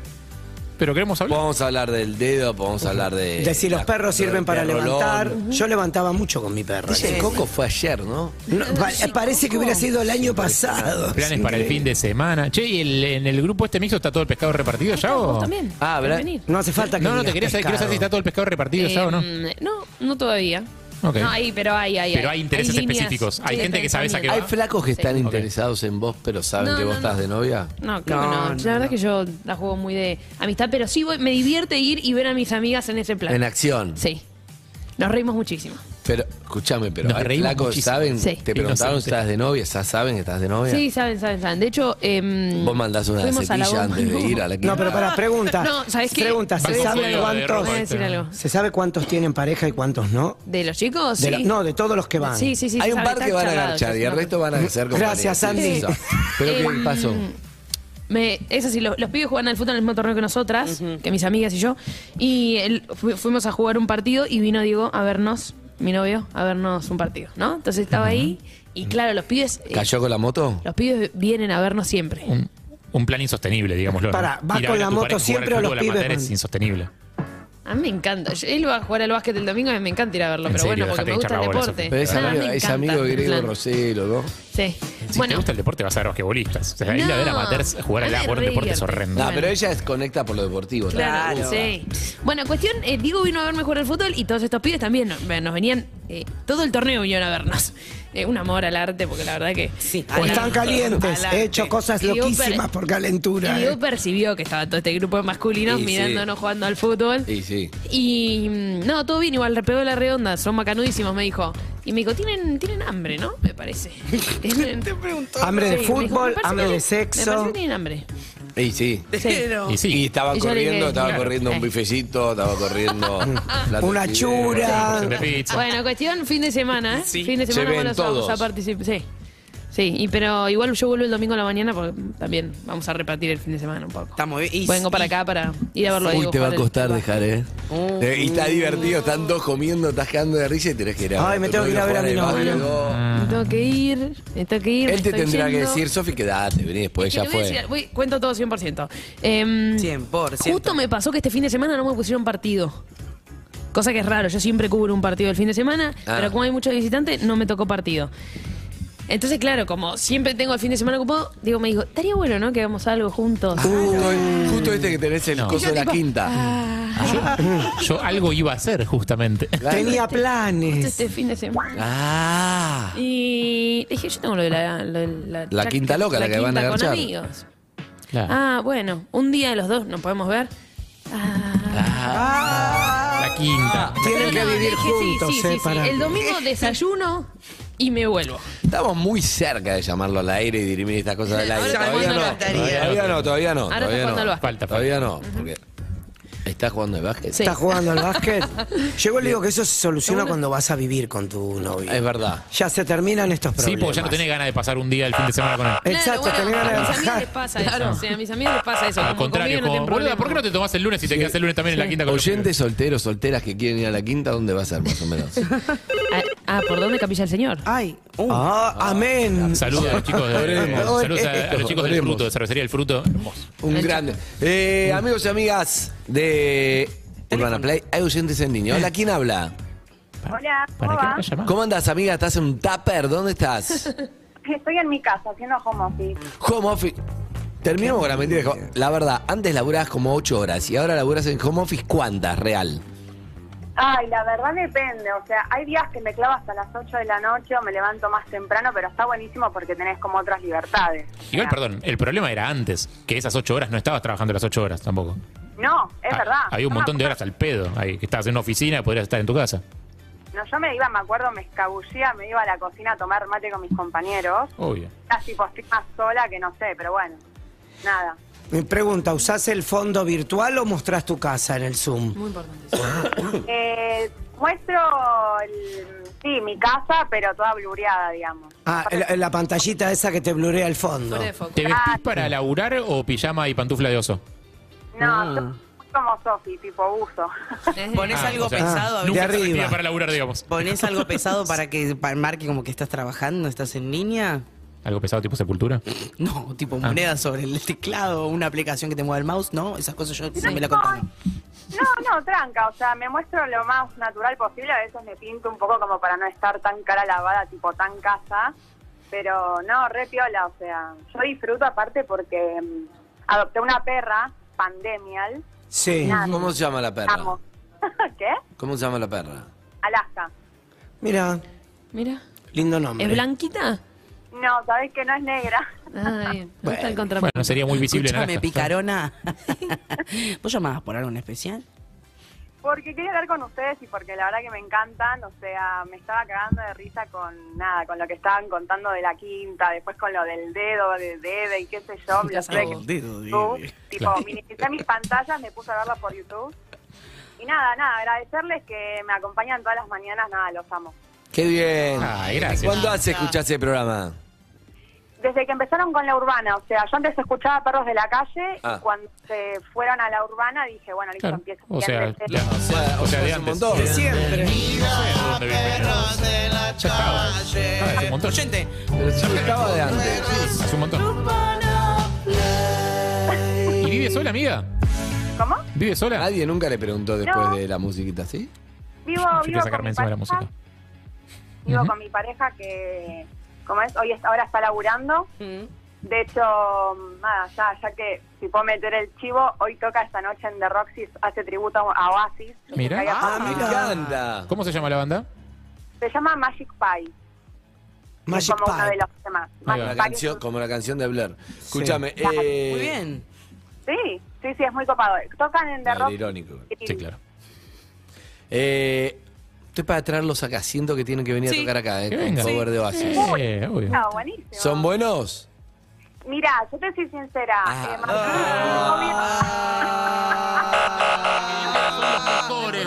[SPEAKER 4] Pero queremos hablar.
[SPEAKER 2] Podemos hablar del dedo, podemos hablar de.
[SPEAKER 3] De si los
[SPEAKER 2] la-
[SPEAKER 3] perros sirven
[SPEAKER 2] del
[SPEAKER 3] para
[SPEAKER 2] perro
[SPEAKER 3] levantar.
[SPEAKER 2] Lolo.
[SPEAKER 3] Yo levantaba mucho con mi perro.
[SPEAKER 2] Dice, El coco fue ayer, ¿no?
[SPEAKER 3] No, pa- parece que hubiera sido el año pasado.
[SPEAKER 4] Planes para el fin de semana. Che, ¿y el- en el grupo este mixto está todo el pescado repartido ya
[SPEAKER 6] ¿Vos
[SPEAKER 4] o?
[SPEAKER 6] también?
[SPEAKER 2] Ah, ¿verdad?
[SPEAKER 6] ¿Querés venir?
[SPEAKER 3] No hace falta que
[SPEAKER 4] No, no, te
[SPEAKER 3] digas
[SPEAKER 4] quería saber, quiero saber si está
[SPEAKER 3] pescado.
[SPEAKER 4] todo el pescado repartido ya o no.
[SPEAKER 6] Eh, no, no todavía.
[SPEAKER 4] Ok.
[SPEAKER 6] No, hay, pero hay, hay.
[SPEAKER 4] Pero hay intereses
[SPEAKER 6] líneas,
[SPEAKER 4] específicos. Hay
[SPEAKER 6] sí, de
[SPEAKER 4] gente que sabe esa que va.
[SPEAKER 2] Hay
[SPEAKER 6] pensamiento.
[SPEAKER 2] flacos que están
[SPEAKER 6] Sí.
[SPEAKER 2] interesados en vos, pero saben
[SPEAKER 6] No,
[SPEAKER 2] que vos
[SPEAKER 6] no,
[SPEAKER 2] estás
[SPEAKER 6] no.
[SPEAKER 2] de novia.
[SPEAKER 6] No, creo
[SPEAKER 5] No,
[SPEAKER 6] que no.
[SPEAKER 5] no,
[SPEAKER 6] La verdad es que yo la juego muy de amistad, pero sí voy, me divierte ir y ver a mis amigas en ese plan.
[SPEAKER 2] En acción.
[SPEAKER 6] Sí. Nos reímos muchísimo.
[SPEAKER 2] Pero, escúchame, pero
[SPEAKER 4] Nos
[SPEAKER 2] hay
[SPEAKER 4] reímos
[SPEAKER 2] flacos que
[SPEAKER 4] muchísimo.
[SPEAKER 2] saben,
[SPEAKER 6] Sí.
[SPEAKER 2] te preguntaron si
[SPEAKER 4] Inocente.
[SPEAKER 2] estás de novia, ya saben que estás de novia.
[SPEAKER 6] Sí, saben, saben, saben. De hecho, em,
[SPEAKER 2] Vos mandás una
[SPEAKER 6] fuimos a la
[SPEAKER 2] cepilla
[SPEAKER 6] bomba.
[SPEAKER 2] antes de ir a la
[SPEAKER 3] No, pero para, pregunta.
[SPEAKER 6] [LAUGHS] No, ¿sabés qué?
[SPEAKER 3] Pregunta,
[SPEAKER 4] Va
[SPEAKER 3] ¿se
[SPEAKER 4] con
[SPEAKER 3] sabe,
[SPEAKER 4] código de
[SPEAKER 3] cuántos,
[SPEAKER 6] Voy a
[SPEAKER 4] ropa.
[SPEAKER 6] decir algo.
[SPEAKER 3] ¿se sabe cuántos tienen pareja y cuántos no?
[SPEAKER 6] ¿De los chicos?
[SPEAKER 3] De
[SPEAKER 6] sí.
[SPEAKER 3] la- no, de todos los que van.
[SPEAKER 6] Sí, sí, sí.
[SPEAKER 2] Hay
[SPEAKER 6] se
[SPEAKER 2] un
[SPEAKER 6] sabe,
[SPEAKER 2] par que
[SPEAKER 6] está
[SPEAKER 2] van a
[SPEAKER 6] charlado,
[SPEAKER 2] garchar
[SPEAKER 6] ya
[SPEAKER 2] y
[SPEAKER 6] se
[SPEAKER 2] el
[SPEAKER 6] sabe.
[SPEAKER 2] resto van a hacer
[SPEAKER 3] Gracias,
[SPEAKER 2] compañía. Sí,
[SPEAKER 3] Andy.
[SPEAKER 2] sí, sí. Pero ¿qué
[SPEAKER 6] Em,
[SPEAKER 2] pasó?
[SPEAKER 6] Me, es así, lo- los, pibes juegan al fútbol en el mismo torneo que nosotras, que mis amigas y yo. Y el- fu- fuimos a jugar un partido y vino Diego a vernos, mi novio, a vernos un partido, ¿no? Entonces estaba ahí y claro, los pibes. eh,
[SPEAKER 2] ¿Cayó con la moto?
[SPEAKER 6] Los pibes vienen a vernos siempre.
[SPEAKER 4] Un, un plan insostenible, digámoslo.
[SPEAKER 3] Pará, ¿vas
[SPEAKER 4] Ir a
[SPEAKER 3] con
[SPEAKER 4] ver a
[SPEAKER 3] la
[SPEAKER 4] tu
[SPEAKER 3] moto
[SPEAKER 4] pareja jugar
[SPEAKER 3] siempre
[SPEAKER 4] al
[SPEAKER 3] o los
[SPEAKER 4] fútbol amateur
[SPEAKER 3] pibes
[SPEAKER 4] Es
[SPEAKER 3] van?
[SPEAKER 4] insostenible.
[SPEAKER 6] A mí me encanta. Yo- Él va a jugar al básquet el domingo y me encanta ir a verlo,
[SPEAKER 4] En
[SPEAKER 6] pero
[SPEAKER 4] serio,
[SPEAKER 6] bueno,
[SPEAKER 4] dejate
[SPEAKER 6] porque me
[SPEAKER 4] de
[SPEAKER 6] gusta
[SPEAKER 4] hinchar
[SPEAKER 6] el
[SPEAKER 4] las bolas,
[SPEAKER 6] deporte.
[SPEAKER 2] Pero es
[SPEAKER 6] Ah,
[SPEAKER 2] amigo,
[SPEAKER 6] me
[SPEAKER 2] es
[SPEAKER 6] encanta,
[SPEAKER 2] amigo
[SPEAKER 6] en
[SPEAKER 2] griego
[SPEAKER 6] plan.
[SPEAKER 2] Rosero, ¿no?
[SPEAKER 6] Sí.
[SPEAKER 4] Si te
[SPEAKER 6] bueno,
[SPEAKER 4] gusta el deporte vas a ver basquetbolistas. O sea, ir a ver
[SPEAKER 6] No.
[SPEAKER 4] amateurs jugar al
[SPEAKER 6] A ver,
[SPEAKER 4] jugar un
[SPEAKER 6] re
[SPEAKER 4] deporte es
[SPEAKER 6] divierte.
[SPEAKER 4] horrendo.
[SPEAKER 2] No,
[SPEAKER 6] Bueno.
[SPEAKER 2] pero ella es- conecta por lo deportivo. ¿no?
[SPEAKER 6] Claro,
[SPEAKER 2] Uh,
[SPEAKER 6] sí. Bueno, cuestión, eh, Diego vino a verme jugar al fútbol y todos estos pibes también nos, nos venían, eh, todo el torneo vinieron a vernos. [LAUGHS] Eh, un amor al arte, porque la verdad que...
[SPEAKER 5] Sí,
[SPEAKER 6] al
[SPEAKER 3] O pues están
[SPEAKER 6] arte.
[SPEAKER 3] calientes.
[SPEAKER 5] Adelante.
[SPEAKER 3] He hecho cosas
[SPEAKER 6] Y Diego
[SPEAKER 3] loquísimas
[SPEAKER 6] Pérez.
[SPEAKER 3] por
[SPEAKER 6] Y
[SPEAKER 3] calentura.
[SPEAKER 6] Diego
[SPEAKER 3] eh.
[SPEAKER 6] percibió que estaba todo este grupo de masculinos
[SPEAKER 2] Y sí.
[SPEAKER 6] mirándonos jugando al fútbol.
[SPEAKER 2] Y sí.
[SPEAKER 6] Y mm, no, todo bien, igual repegó la redonda, son macanudísimos, me dijo. Y me dijo, tienen, tienen hambre, ¿no?
[SPEAKER 2] [LAUGHS]
[SPEAKER 6] Me parece. Tienen-
[SPEAKER 3] Hambre de
[SPEAKER 6] Sí, me dijo, me
[SPEAKER 3] fútbol,
[SPEAKER 6] parece
[SPEAKER 3] hambre
[SPEAKER 6] que-
[SPEAKER 3] de
[SPEAKER 6] Me
[SPEAKER 3] sexo.
[SPEAKER 6] parece que tienen
[SPEAKER 2] [LAUGHS]
[SPEAKER 6] hambre.
[SPEAKER 2] Y sí.
[SPEAKER 4] Y sí.
[SPEAKER 2] Y estaba
[SPEAKER 6] Y yo le
[SPEAKER 2] corriendo,
[SPEAKER 6] dije,
[SPEAKER 2] estaba
[SPEAKER 6] claro,
[SPEAKER 2] corriendo un
[SPEAKER 6] eh.
[SPEAKER 2] bifecito, estaba corriendo plato
[SPEAKER 3] Una
[SPEAKER 2] de
[SPEAKER 3] chura.
[SPEAKER 4] De pizza.
[SPEAKER 6] Ah, Bueno, cuestión fin de semana, ¿eh? Fin de
[SPEAKER 2] Se
[SPEAKER 6] semana
[SPEAKER 2] ven
[SPEAKER 6] bueno, vamos a
[SPEAKER 2] todos.
[SPEAKER 6] participar. Sí. Sí, y, pero igual yo vuelvo el domingo a la mañana porque también vamos a repartir el fin de semana un poco.
[SPEAKER 5] Está muy bien. Y-
[SPEAKER 6] Vengo para
[SPEAKER 5] y-
[SPEAKER 6] acá para ir a verlo a
[SPEAKER 2] Uy,
[SPEAKER 6] Diego
[SPEAKER 2] te va a
[SPEAKER 6] jugar el-
[SPEAKER 2] costar dejar, ¿eh? Eh, Y está divertido, están dos comiendo, estás cagando de risa y tenés que ir a
[SPEAKER 3] Ay, me
[SPEAKER 2] tu
[SPEAKER 3] tengo que ir a
[SPEAKER 2] novio
[SPEAKER 3] ver a
[SPEAKER 2] jugar
[SPEAKER 3] mi
[SPEAKER 2] al
[SPEAKER 3] novio.
[SPEAKER 2] básquetbol.
[SPEAKER 6] Me tengo que ir, me tengo que ir. me
[SPEAKER 2] Él te
[SPEAKER 6] estoy
[SPEAKER 2] tendrá que
[SPEAKER 6] yendo.
[SPEAKER 2] decir, Sofi, quédate, vení después,
[SPEAKER 6] Es que
[SPEAKER 2] ya
[SPEAKER 6] te voy a
[SPEAKER 2] fue.
[SPEAKER 6] decir, voy- cuento todo 100%. Em,
[SPEAKER 5] 100%.
[SPEAKER 6] Justo me pasó que este fin de semana no me pusieron partido. Cosa que es raro, yo siempre cubro un partido el fin de semana,
[SPEAKER 2] Ah.
[SPEAKER 6] pero como hay muchos visitantes, no me tocó partido. Entonces, claro, como siempre tengo el fin de semana ocupado, digo, me digo, estaría bueno, ¿no? Que hagamos algo juntos.
[SPEAKER 2] Uy, justo este que tenés el
[SPEAKER 4] No.
[SPEAKER 2] coso de la quinta.
[SPEAKER 4] Yo, yo algo iba a hacer, justamente.
[SPEAKER 3] Tenía
[SPEAKER 6] Justo
[SPEAKER 3] planes.
[SPEAKER 6] Este fin de semana.
[SPEAKER 2] Ah.
[SPEAKER 6] Y dije, yo tengo lo de la... lo de
[SPEAKER 2] La quinta loca, la que van a
[SPEAKER 6] quinta con
[SPEAKER 2] garchar.
[SPEAKER 6] amigos.
[SPEAKER 4] Claro.
[SPEAKER 6] Ah, bueno, un día de los dos nos podemos ver. Ah.
[SPEAKER 4] La quinta.
[SPEAKER 3] Tienen
[SPEAKER 6] Pero
[SPEAKER 3] que
[SPEAKER 6] no,
[SPEAKER 3] vivir
[SPEAKER 6] dije, sí,
[SPEAKER 3] juntos,
[SPEAKER 6] sí,
[SPEAKER 3] eh,
[SPEAKER 6] sí, sí.
[SPEAKER 3] para- [LAUGHS]
[SPEAKER 6] El domingo desayuno y me vuelvo.
[SPEAKER 2] Estamos muy cerca de llamarlo al aire y dirimir estas cosas al
[SPEAKER 6] Ahora
[SPEAKER 2] aire.
[SPEAKER 6] está
[SPEAKER 2] Todavía
[SPEAKER 6] jugando
[SPEAKER 2] no,
[SPEAKER 6] al básquet.
[SPEAKER 2] todavía no, todavía no.
[SPEAKER 6] Ahora está
[SPEAKER 2] todavía
[SPEAKER 6] jugando al
[SPEAKER 2] no.
[SPEAKER 6] básquet.
[SPEAKER 4] Falta, falta.
[SPEAKER 2] Todavía no, porque estás jugando al básquet.
[SPEAKER 6] Sí.
[SPEAKER 3] ¿Estás jugando al
[SPEAKER 6] [LAUGHS]
[SPEAKER 3] básquet? Yo le digo que eso se soluciona cuando vas a vivir con tu novio.
[SPEAKER 2] Es verdad.
[SPEAKER 3] Ya se terminan estos
[SPEAKER 4] Sí,
[SPEAKER 3] problemas.
[SPEAKER 4] porque ya no tenés ganas de pasar un día el fin de semana con él.
[SPEAKER 3] Exacto,
[SPEAKER 6] Claro,
[SPEAKER 3] tenés
[SPEAKER 6] bueno,
[SPEAKER 3] ganas de
[SPEAKER 6] a mis amigas
[SPEAKER 3] bajar.
[SPEAKER 6] les pasa eso. o sea, a mis amigas les pasa eso.
[SPEAKER 4] Al
[SPEAKER 6] como
[SPEAKER 4] contrario, como,
[SPEAKER 6] conmigo tienen
[SPEAKER 4] boluda, ¿por qué no te
[SPEAKER 6] problema.
[SPEAKER 4] tomás el lunes y te quedás el lunes también en la quinta con los
[SPEAKER 2] Oyentes solteros, solteras que quieren ir a la quinta, ¿dónde va a ser más o
[SPEAKER 4] [LAUGHS]
[SPEAKER 2] menos?
[SPEAKER 6] Ah, ah, ¿por dónde capilla el señor?
[SPEAKER 5] Ay, uh.
[SPEAKER 3] Ah, amén.
[SPEAKER 4] pibes? Saludos a los chicos, de,
[SPEAKER 2] Oremos,
[SPEAKER 4] saludos a, a los chicos del
[SPEAKER 2] oremos.
[SPEAKER 4] fruto, de cervecería del fruto. Hermoso.
[SPEAKER 2] Un grande. Eh, amigos y amigas de Urbana Play, hay oyentes en línea. Hola, ¿quién habla?
[SPEAKER 9] Hola, ¿cómo
[SPEAKER 4] ¿Para
[SPEAKER 9] va?
[SPEAKER 10] [LAUGHS]
[SPEAKER 4] qué no
[SPEAKER 2] ¿Cómo andas, amiga? ¿Estás en un tupper? ¿Dónde
[SPEAKER 4] [LAUGHS]
[SPEAKER 2] estás?
[SPEAKER 9] Estoy en mi casa haciendo home office.
[SPEAKER 2] Home office. Terminamos con la mentira. La verdad, antes laburabas como 8 horas y ahora laburás en home office, ¿cuántas? Real.
[SPEAKER 9] Ay, la verdad depende. O sea, hay días que me clavo hasta las 8 de la noche o me levanto más temprano, pero está buenísimo porque tenés como otras libertades.
[SPEAKER 4] Igual,
[SPEAKER 9] O sea,
[SPEAKER 4] perdón, el problema era antes, que esas ocho horas no estabas trabajando las ocho horas tampoco.
[SPEAKER 10] No, es
[SPEAKER 4] Ah,
[SPEAKER 10] verdad.
[SPEAKER 4] Hay un
[SPEAKER 10] Yo me
[SPEAKER 4] montón de
[SPEAKER 10] acuerdo-
[SPEAKER 4] horas al pedo. Ahí, que estás en una oficina, podrías estar en tu casa.
[SPEAKER 10] No, yo me iba, me acuerdo, me escabullía, me iba a la cocina a tomar mate con mis compañeros.
[SPEAKER 4] Obvio.
[SPEAKER 10] Casi posté más sola que no sé, pero bueno,
[SPEAKER 4] [LAUGHS]
[SPEAKER 10] nada.
[SPEAKER 3] Me pregunta, ¿usás el fondo virtual o mostrás tu casa en el Zoom?
[SPEAKER 6] Muy importante. eso.
[SPEAKER 10] Eh, muestro, el- sí, mi casa, pero toda blureada, digamos.
[SPEAKER 3] Ah, la, la pantallita esa que te blurea el fondo.
[SPEAKER 6] Fuera de foco.
[SPEAKER 4] ¿Te vestís para laburar o pijama y pantufla de oso?
[SPEAKER 10] No, yo soy como Sofi, tipo uso. [LAUGHS]
[SPEAKER 5] Pones
[SPEAKER 4] Ah,
[SPEAKER 5] algo
[SPEAKER 4] o sea,
[SPEAKER 5] pesado a
[SPEAKER 4] Nunca
[SPEAKER 3] de
[SPEAKER 5] veces.
[SPEAKER 4] te vestía
[SPEAKER 3] arriba.
[SPEAKER 4] para laburar, digamos.
[SPEAKER 5] Pones algo pesado
[SPEAKER 10] [LAUGHS]
[SPEAKER 5] para que pa- marque como que estás trabajando, estás en línea.
[SPEAKER 4] ¿Algo pesado tipo sepultura?
[SPEAKER 5] No, tipo
[SPEAKER 4] Ah.
[SPEAKER 5] monedas sobre el teclado, una aplicación que te mueva el mouse, no, esas cosas yo no me la
[SPEAKER 10] Soy-
[SPEAKER 5] contaron.
[SPEAKER 10] No, no, tranca, o sea, me muestro lo más natural posible, a veces me pinto un poco como para no estar tan cara lavada, tipo tan casa, pero no, re piola, o sea, yo disfruto aparte porque mm, adopté una perra, pandemial,
[SPEAKER 3] Sí.
[SPEAKER 2] ¿Cómo se llama la perra?
[SPEAKER 10] amo. [LAUGHS] ¿Qué?
[SPEAKER 2] ¿Cómo se llama la perra?
[SPEAKER 10] Alaska.
[SPEAKER 3] Mira,
[SPEAKER 6] Mira.
[SPEAKER 3] lindo nombre.
[SPEAKER 6] ¿Es blanquita?
[SPEAKER 10] No, sabes que no es negra.
[SPEAKER 6] Ah, bien. No está el
[SPEAKER 4] Bueno,
[SPEAKER 6] contrapunto.
[SPEAKER 4] no sería muy visible en
[SPEAKER 5] Escúchame,
[SPEAKER 4] Alaska.
[SPEAKER 5] picarona. [LAUGHS] ¿Vos llamabas por algo en especial?
[SPEAKER 10] Porque quería hablar con ustedes y porque la verdad que me encantan, o sea, me estaba cagando de risa con nada, con lo que estaban contando de la quinta, después con lo del dedo de Debe y qué sé yo, me lo tuve que- YouTube, tipo, minimicé mis pantallas, me puse a verlas por YouTube. Y nada, nada, agradecerles que me acompañan todas las mañanas, nada, los amo.
[SPEAKER 2] Qué bien.
[SPEAKER 4] Ah, gracias.
[SPEAKER 2] ¿Cuándo hace escuchaste el programa?
[SPEAKER 10] Desde que empezaron con la urbana, o sea, yo antes escuchaba Perros de la Calle
[SPEAKER 2] Ah.
[SPEAKER 10] y cuando se fueron a la urbana dije, bueno, listo,
[SPEAKER 4] Claro.
[SPEAKER 10] empiezo.
[SPEAKER 4] O sea,
[SPEAKER 10] bien
[SPEAKER 4] ya-
[SPEAKER 10] desde-
[SPEAKER 4] o sea, o sea, de
[SPEAKER 2] un
[SPEAKER 4] antes.
[SPEAKER 2] montón.
[SPEAKER 4] Sí,
[SPEAKER 5] Siempre.
[SPEAKER 4] ¿dónde vive? Ya estaba. Ah, hace un montón.
[SPEAKER 5] Oyente.
[SPEAKER 2] Pero sí estaba de antes.
[SPEAKER 4] Hace un montón. ¿Y vive sola, amiga?
[SPEAKER 10] ¿Cómo?
[SPEAKER 4] ¿Vive sola?
[SPEAKER 2] Nadie nunca le preguntó después
[SPEAKER 10] No.
[SPEAKER 2] de la musiquita, ¿sí?
[SPEAKER 10] Vivo,
[SPEAKER 4] Yo
[SPEAKER 10] vivo
[SPEAKER 4] quería
[SPEAKER 10] con
[SPEAKER 4] sacarme
[SPEAKER 10] mi
[SPEAKER 4] encima de la
[SPEAKER 10] pareja,
[SPEAKER 4] música.
[SPEAKER 10] vivo
[SPEAKER 4] Ujú.
[SPEAKER 10] con mi pareja que, como es, hoy es- ahora está laburando.
[SPEAKER 4] Mm.
[SPEAKER 10] De hecho, nada, ya, ya que si puedo meter el chivo, hoy toca esta noche en The Roxys, hace tributo a Oasis.
[SPEAKER 4] Mirá.
[SPEAKER 10] Que había-
[SPEAKER 5] Ah,
[SPEAKER 2] Me encanta.
[SPEAKER 4] ¿Cómo se llama la banda?
[SPEAKER 10] Se llama Magic Pie.
[SPEAKER 3] Magic
[SPEAKER 10] como uno de
[SPEAKER 3] Pie.
[SPEAKER 10] los temas.
[SPEAKER 4] Ahí
[SPEAKER 2] Como
[SPEAKER 4] va.
[SPEAKER 2] la,
[SPEAKER 10] Magic Pie.
[SPEAKER 2] canción, como la canción de Blair. Escúchame. eh,
[SPEAKER 5] Muy bien.
[SPEAKER 10] Sí, sí, sí, es muy copado. Tocan en The
[SPEAKER 2] era
[SPEAKER 10] Rock.
[SPEAKER 2] irónico.
[SPEAKER 4] Sí, claro.
[SPEAKER 2] Eh, estoy para traerlos acá. Siento que tienen que venir a tocar acá, eh,
[SPEAKER 4] Que
[SPEAKER 2] con
[SPEAKER 4] vengan.
[SPEAKER 2] cover de Oasis.
[SPEAKER 4] Eh, obvio.
[SPEAKER 10] No, buenísimo.
[SPEAKER 2] ¿Son buenos?
[SPEAKER 10] Mira, yo te soy sincera. eh, Martín,